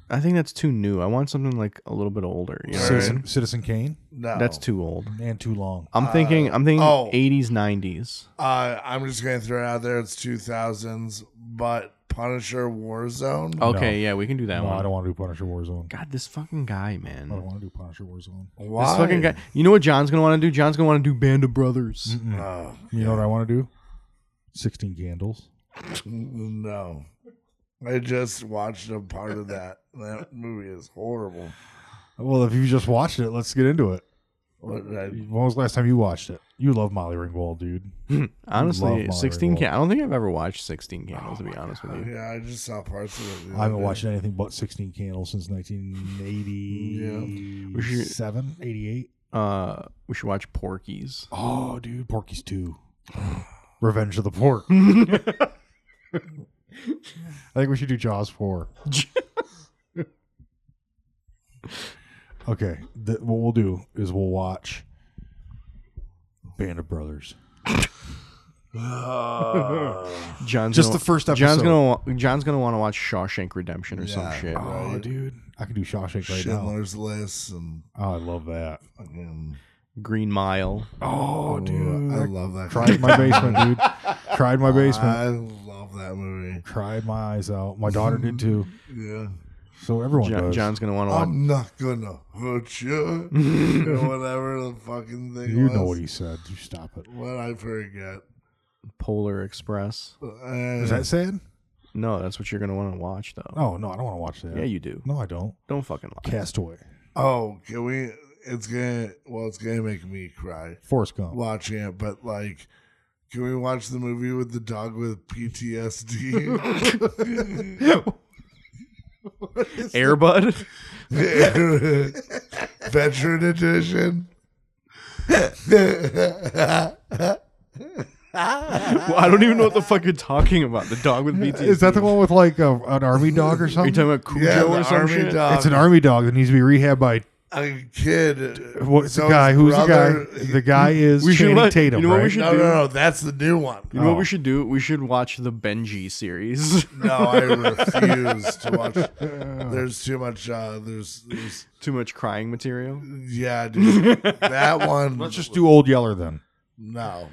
S2: I think that's too new. I want something like a little bit older. You know what I
S3: Citizen,
S2: mean?
S3: Citizen Kane
S4: No.
S2: That's too old.
S3: and Too Long.
S2: I'm thinking. I'm thinking
S4: oh.
S2: 80s, 90s.
S4: Uh, I'm just going to throw it out there. It's 2000s, but Punisher Warzone.
S3: Oh,
S2: Okay, yeah, we can do that
S3: No,
S2: one.
S3: I don't want to do Punisher Warzone.
S2: God, this fucking guy, man.
S3: I don't want to do Punisher Warzone.
S4: Why?
S2: This fucking guy. You know what John's gonna want to do? John's gonna want to do Band of Brothers.
S4: Oh,
S3: You know what I want to do? 16 Candles.
S4: *laughs* no. I just watched a part of that. That movie is horrible.
S3: Well, if you just watched it, let's get into it.
S4: What did I-
S3: When was the last time you watched it? You love Molly Ringwald, dude. Love
S2: *laughs* Honestly,
S3: Molly
S2: 16
S3: Ringwald.
S2: can. I don't think I've ever watched
S3: Oh
S2: 16 Candles. to be honest with you,
S4: yeah, I just saw parts of it. the
S3: I haven't
S4: other
S3: watched
S4: day.
S3: anything but 16 Candles since 1987, 88.
S2: uh, we should watch Porky's.
S3: Oh, dude, Porky's 2. *sighs* Revenge of the *laughs* Pork. I think we should do Jaws 4. okay, th- what we'll do is we'll watch Band of Brothers.
S4: Ah,
S2: John's
S3: Just
S2: gonna-
S3: the first
S2: John's
S3: episode.
S2: gonna wa- John's gonna want to watch Shawshank Redemption or some
S4: Yeah.
S2: shit.
S3: Oh, dude. I can do Shawshank *laughs* right now.
S4: Schindler's List and
S3: Oh, I love that.
S4: fucking.
S2: Green Mile.
S3: Oh,
S4: I
S3: dude.
S4: love that.
S3: Cried in my basement, *laughs* dude. Cried in my basement.
S4: I love that movie.
S3: Cried my eyes out. My daughter did too.
S4: Yeah.
S3: So everyone
S2: John,
S3: does.
S2: John's gonna want to watch.
S3: Um,
S4: I'm not gonna
S3: *laughs*
S4: hurt you. or whatever the fucking thing
S3: you know
S4: was.
S3: what he said. You stop it.
S4: What I forget.
S2: Polar Express.
S4: Uh,
S3: Is that sad?
S2: No, that's what you're gonna want to watch though.
S3: Oh no, I don't want to watch that.
S2: Yeah, you do.
S3: No, I don't.
S2: Don't fucking lie.
S3: Castaway,
S4: oh, can we? It's gonna. Well, it's gonna make me cry
S3: Forrest Gump.
S4: watching it. But like, can we watch the movie with the dog with PTSD?
S2: Airbud.
S4: *laughs*
S2: *laughs*
S4: Veteran edition.
S2: Well, I don't even know what the fuck you're talking about. The dog with BTS.
S3: *laughs* Is that the one with like a, an army dog or
S2: Are you
S3: something?
S2: talking um, about Cujo
S4: Yeah, the
S2: or some
S4: army
S2: shit?
S4: dog.
S3: it's an army dog that needs to be rehabbed by
S4: a kid.
S3: what's
S4: So
S3: the guy?
S4: his
S3: Who's
S4: brother-
S3: the guy? The guy is
S2: We should
S3: Channing
S2: let-
S3: Tatum,
S2: you know what we
S3: right?
S2: should-
S4: No, no, no. That's the new one.
S2: You know what we should do? We should watch the Benji series. *laughs*
S4: No, I refuse
S3: *laughs*
S4: to watch. There's too much. Uh, there's, there's,
S2: Too much crying material.
S4: yeah, dude.
S3: *laughs*
S4: That one.
S3: Let's just do Old Yeller then.
S4: no.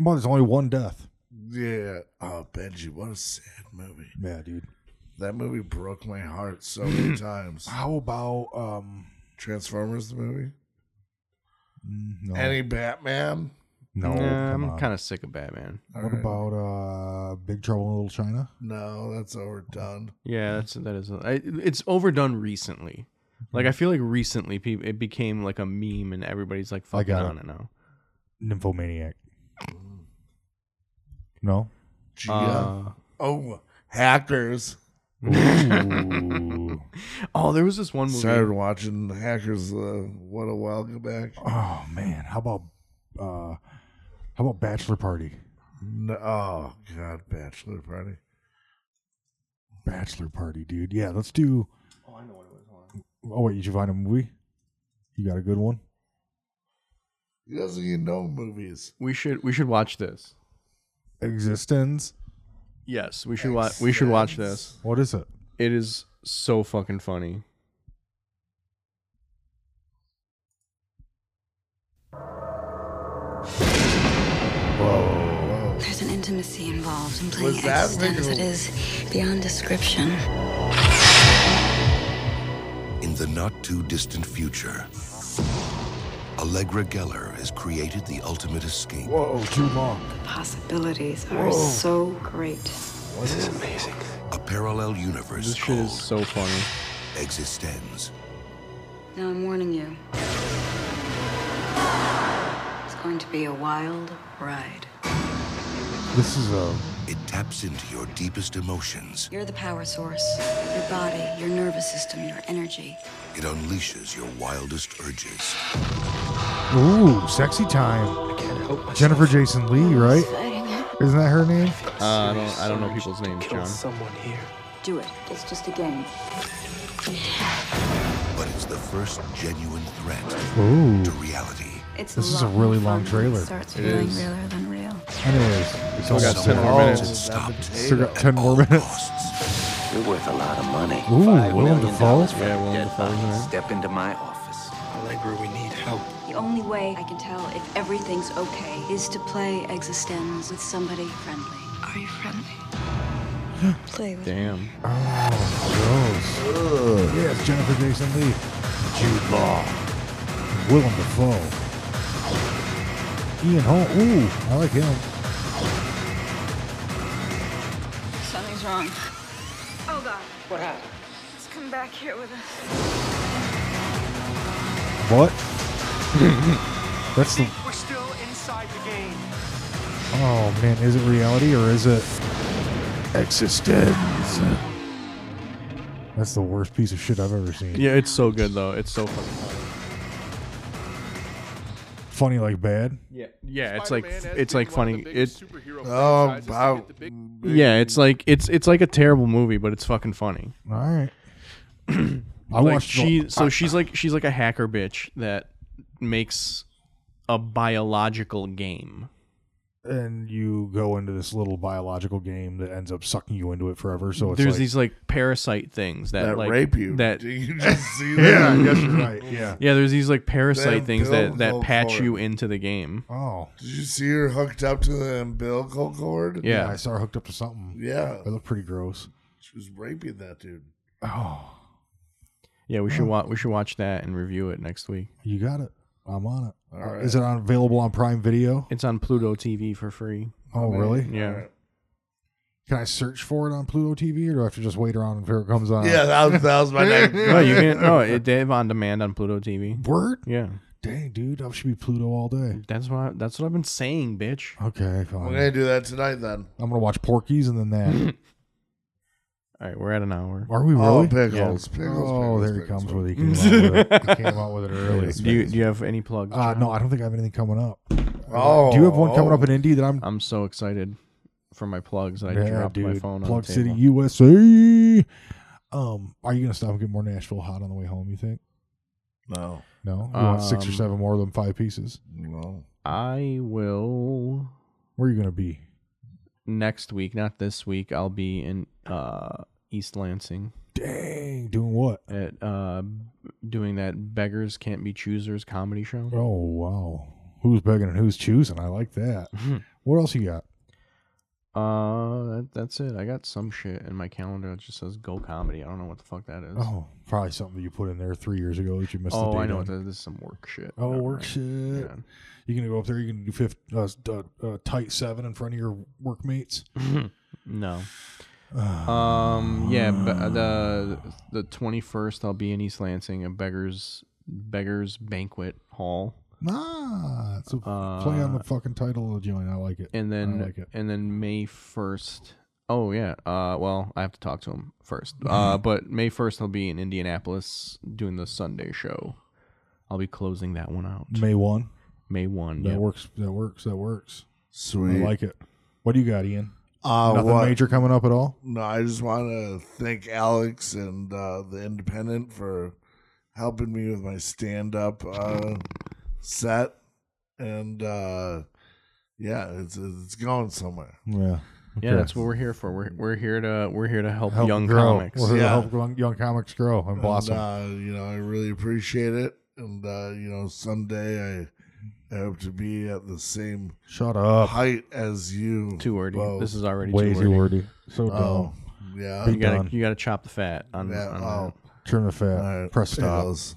S3: Well, there's only one death.
S4: Yeah. Oh, Benji, what a sad movie.
S3: Yeah, dude.
S4: That movie broke my heart
S3: *laughs*
S4: so many times.
S3: How about um?
S4: Transformers, the movie.
S3: Mm, No,
S4: Any Batman?
S3: no.
S2: Nah,
S3: come
S2: I'm
S3: on.
S2: kind of sick of Batman.
S3: What about uh, Big Trouble in Little China?
S4: No, that's overdone.
S2: Yeah, that's that is. I, it's overdone recently. Like I feel like recently, people it became like a meme, and everybody's like fucking
S3: got it.
S2: on it now.
S3: Nymphomaniac. No.
S4: Gia.
S2: Uh,
S4: oh, hackers.
S3: *laughs* Ooh.
S2: oh, there was this one movie.
S4: Started watching Hackers. Uh, what a while ago back.
S3: Oh man, how about uh how about bachelor party?
S4: No, oh God, Bachelor Party.
S3: Bachelor party, dude. Yeah, let's do. Oh, I know what it was. Oh wait, did you find a movie? You got a good one?
S4: He doesn't even know movies.
S2: We should we should watch this.
S3: Existence.
S2: Yes, we should watch. We should watch this.
S3: What is it?
S2: It is so fucking funny.
S5: There's an intimacy involved in playing
S4: Was that
S5: existence
S4: legal?
S5: that is beyond description.
S6: In the not too distant future, Allegra Geller has created the ultimate escape
S3: Whoa, too long.
S5: Possibilities are so great.
S6: a parallel universe
S2: This shit
S6: called
S2: is so funny.
S6: Existenz.
S5: Now I'm warning you. It's going to be a wild ride.
S3: This is a
S6: It taps into your deepest emotions.
S5: You're the power source. Your body, your nervous system, your energy.
S6: It unleashes your wildest urges.
S3: ooh sexy time. Jennifer Jason Lee, right? Isn't that her name?
S2: Uh, I don't. I don't know people's names, John.
S5: Do it. It's just a game.
S6: But it's the first genuine threat
S3: Ooh.
S6: to reality.
S5: It's
S3: This
S5: a
S3: is a
S5: lot more
S3: really long
S5: fun when
S3: trailer.
S5: It starts
S2: It
S5: feeling
S2: is.
S5: realer than real.
S3: Anyways, it's all
S2: got
S3: set.
S2: 10 more
S3: Oh,
S2: minutes.
S6: It's stopped
S3: Still got
S6: at
S3: 10 more
S6: all
S3: minutes.
S6: costs.
S7: You're worth a lot of money.
S3: Ooh,
S7: Five
S3: Willem
S7: million
S3: Dafoe?
S7: dollars for
S2: Yeah, Willem
S7: dead
S2: Dafoe's in
S7: bodies.
S2: it.
S7: Step into my office.
S5: The only way I can tell if everything's okay is to play Existenz with somebody friendly. Are you friendly? play with
S2: Damn.
S3: Gross. Yes, Jennifer Jason Lee. Jude Law. Willem Dafoe. Ian Holm. Ooh, I like him.
S5: Something's wrong. Oh God. What happened? Let's come back here with us.
S3: What? *laughs* That's the.
S8: We're still inside the game.
S3: Oh man, is it reality or is it existence? That's the worst piece of shit I've ever seen.
S2: Yeah, it's so good though. It's so fucking funny.
S3: Funny like bad.
S2: Yeah. Yeah, it's like it's like funny. It.
S4: Oh, wow.
S2: Yeah, it's like it's it's like a terrible movie, but it's fucking funny.
S3: All right. I
S2: like
S3: watched the-
S2: she so she's like she's like a hacker bitch that makes a biological game.
S3: and you go into this little biological game that ends up sucking you into it forever. So it's
S2: There's
S3: like,
S2: these like parasite things that,
S4: that
S2: like
S4: rape you.
S2: that
S4: Did you
S2: *laughs*
S4: just see that?
S3: Yeah, I guess you're *coughs* right. Yeah.
S2: yeah, there's these like parasite
S4: Them
S2: things that that
S4: dildos
S2: patch
S4: for
S2: you into the game.
S3: Oh.
S4: Did you see her hooked up to the umbilical cord?
S2: Yeah.
S3: I saw her hooked up to something.
S4: Yeah.
S3: It looked pretty gross.
S4: She was raping that dude.
S3: Oh,
S2: Yeah, we should
S3: Mm.
S2: watch we should watch that and review it next week.
S3: you got it. I'm on it. Is it on, available on Prime Video?
S2: It's on Pluto TV for free.
S3: Oh, really?
S2: Yeah.
S3: Can I search for it on Pluto TV, or do I have to just wait around until it comes
S2: Uh,
S3: on?
S4: Yeah, that was, that was
S2: *laughs*
S4: my next.
S2: No, you can no, it they have on demand on Pluto TV.
S3: Word?
S2: Yeah.
S3: Dang, dude, I should be Pluto all day.
S2: That's what I, that's what I've been saying, bitch.
S3: Okay,
S4: We're
S3: fine.
S4: gonna do that tonight then.
S3: I'm gonna watch Porky's and then that.
S2: All right, we're at an hour.
S3: Are we
S4: Oh,
S3: really?
S4: pickles,
S2: Yeah.
S4: pickles, pickles.
S3: oh, there he
S4: pickles,
S3: comes
S4: pickles.
S3: with it. He came out
S2: *laughs*
S3: with it. He came out with it early.
S2: Do you do you have any plugs?
S3: Uh,
S2: John?
S3: no, I don't think I have anything coming up.
S4: Oh,
S3: Do you have one coming up in Indy that I'm?
S2: I'm so excited for my plugs Oh. Uh, that I
S3: yeah,
S2: dropped
S3: dude.
S2: my phone
S3: Plug
S2: on the
S3: City,
S2: table.
S3: USA. Um, are you gonna stop and get more Nashville hot on the way home? You think?
S4: No,
S3: No, you want six or
S2: Um,
S3: seven more than five pieces.
S4: no.
S2: I will
S3: Where are you gonna be?
S2: next week, not this week. I'll be in uh, East Lansing
S3: Dang, doing what?
S2: at uh, doing that beggars can't be choosers comedy show.
S3: Oh wow, who's begging and who's choosing? I
S2: *laughs*
S3: like that. what else you got?
S2: Uh, that, that's it. I got some shit in my calendar that just says go comedy. I don't know what the fuck that is.
S3: Oh, probably something that you put in there three years ago that you missed.
S2: Oh,
S3: the date
S2: I know.
S3: on.
S2: what that- This is some work shit.
S3: Oh,
S2: Never
S3: work
S2: mind.
S3: shit.
S2: Yeah.
S3: You're gonna go up there. You're gonna do fifth, uh, s- uh, uh, tight seven in front of your workmates.
S2: No.
S3: *sighs*
S2: Um. Yeah. Be- uh, the the twenty first, I'll be in East Lansing at Beggars Beggars Banquet Hall,
S3: Nah, it's a
S2: Uh,
S3: play on the fucking title of the joint. I like it.
S2: and then
S3: I like it.
S2: and then May first. Oh yeah. Uh. Well, I have to talk to him
S3: *laughs*
S2: first. Uh. But May first, I'll be in Indianapolis doing the Sunday show. I'll be closing that one out. May,
S3: May one.
S2: one.
S3: That
S2: yep.
S3: works. That works. That works. I
S4: Sweet.
S3: like it. What do you got, Ian?
S4: uh,
S3: Nothing
S4: what-
S3: major coming up at all.
S4: No, I just want to thank Alex and uh, the Independent for helping me with my stand up uh, set, and uh, yeah, it's it's going somewhere.
S3: Yeah.
S2: Yeah, that's what we're here for. We're we're here to we're here to help, young
S3: grow.
S2: comics.
S3: We're here to
S4: Yeah.
S3: help young, young comics grow and blossom.
S4: And, uh, you know, I really appreciate it, and uh, you know, someday I, I hope to be at the same
S3: Shut up.
S4: height as you.
S2: Oh. Too wordy.
S4: both.
S2: This is already
S3: Way
S2: too
S3: too
S2: wordy.
S4: Oh.
S3: wordy. So dumb.
S4: yeah.
S2: You gotta
S3: Done.
S2: you gotta chop the fat on,
S4: Yeah,
S2: on
S4: oh.
S2: that.
S3: Trim the fat.
S4: All right,
S3: press stop.
S4: pickles.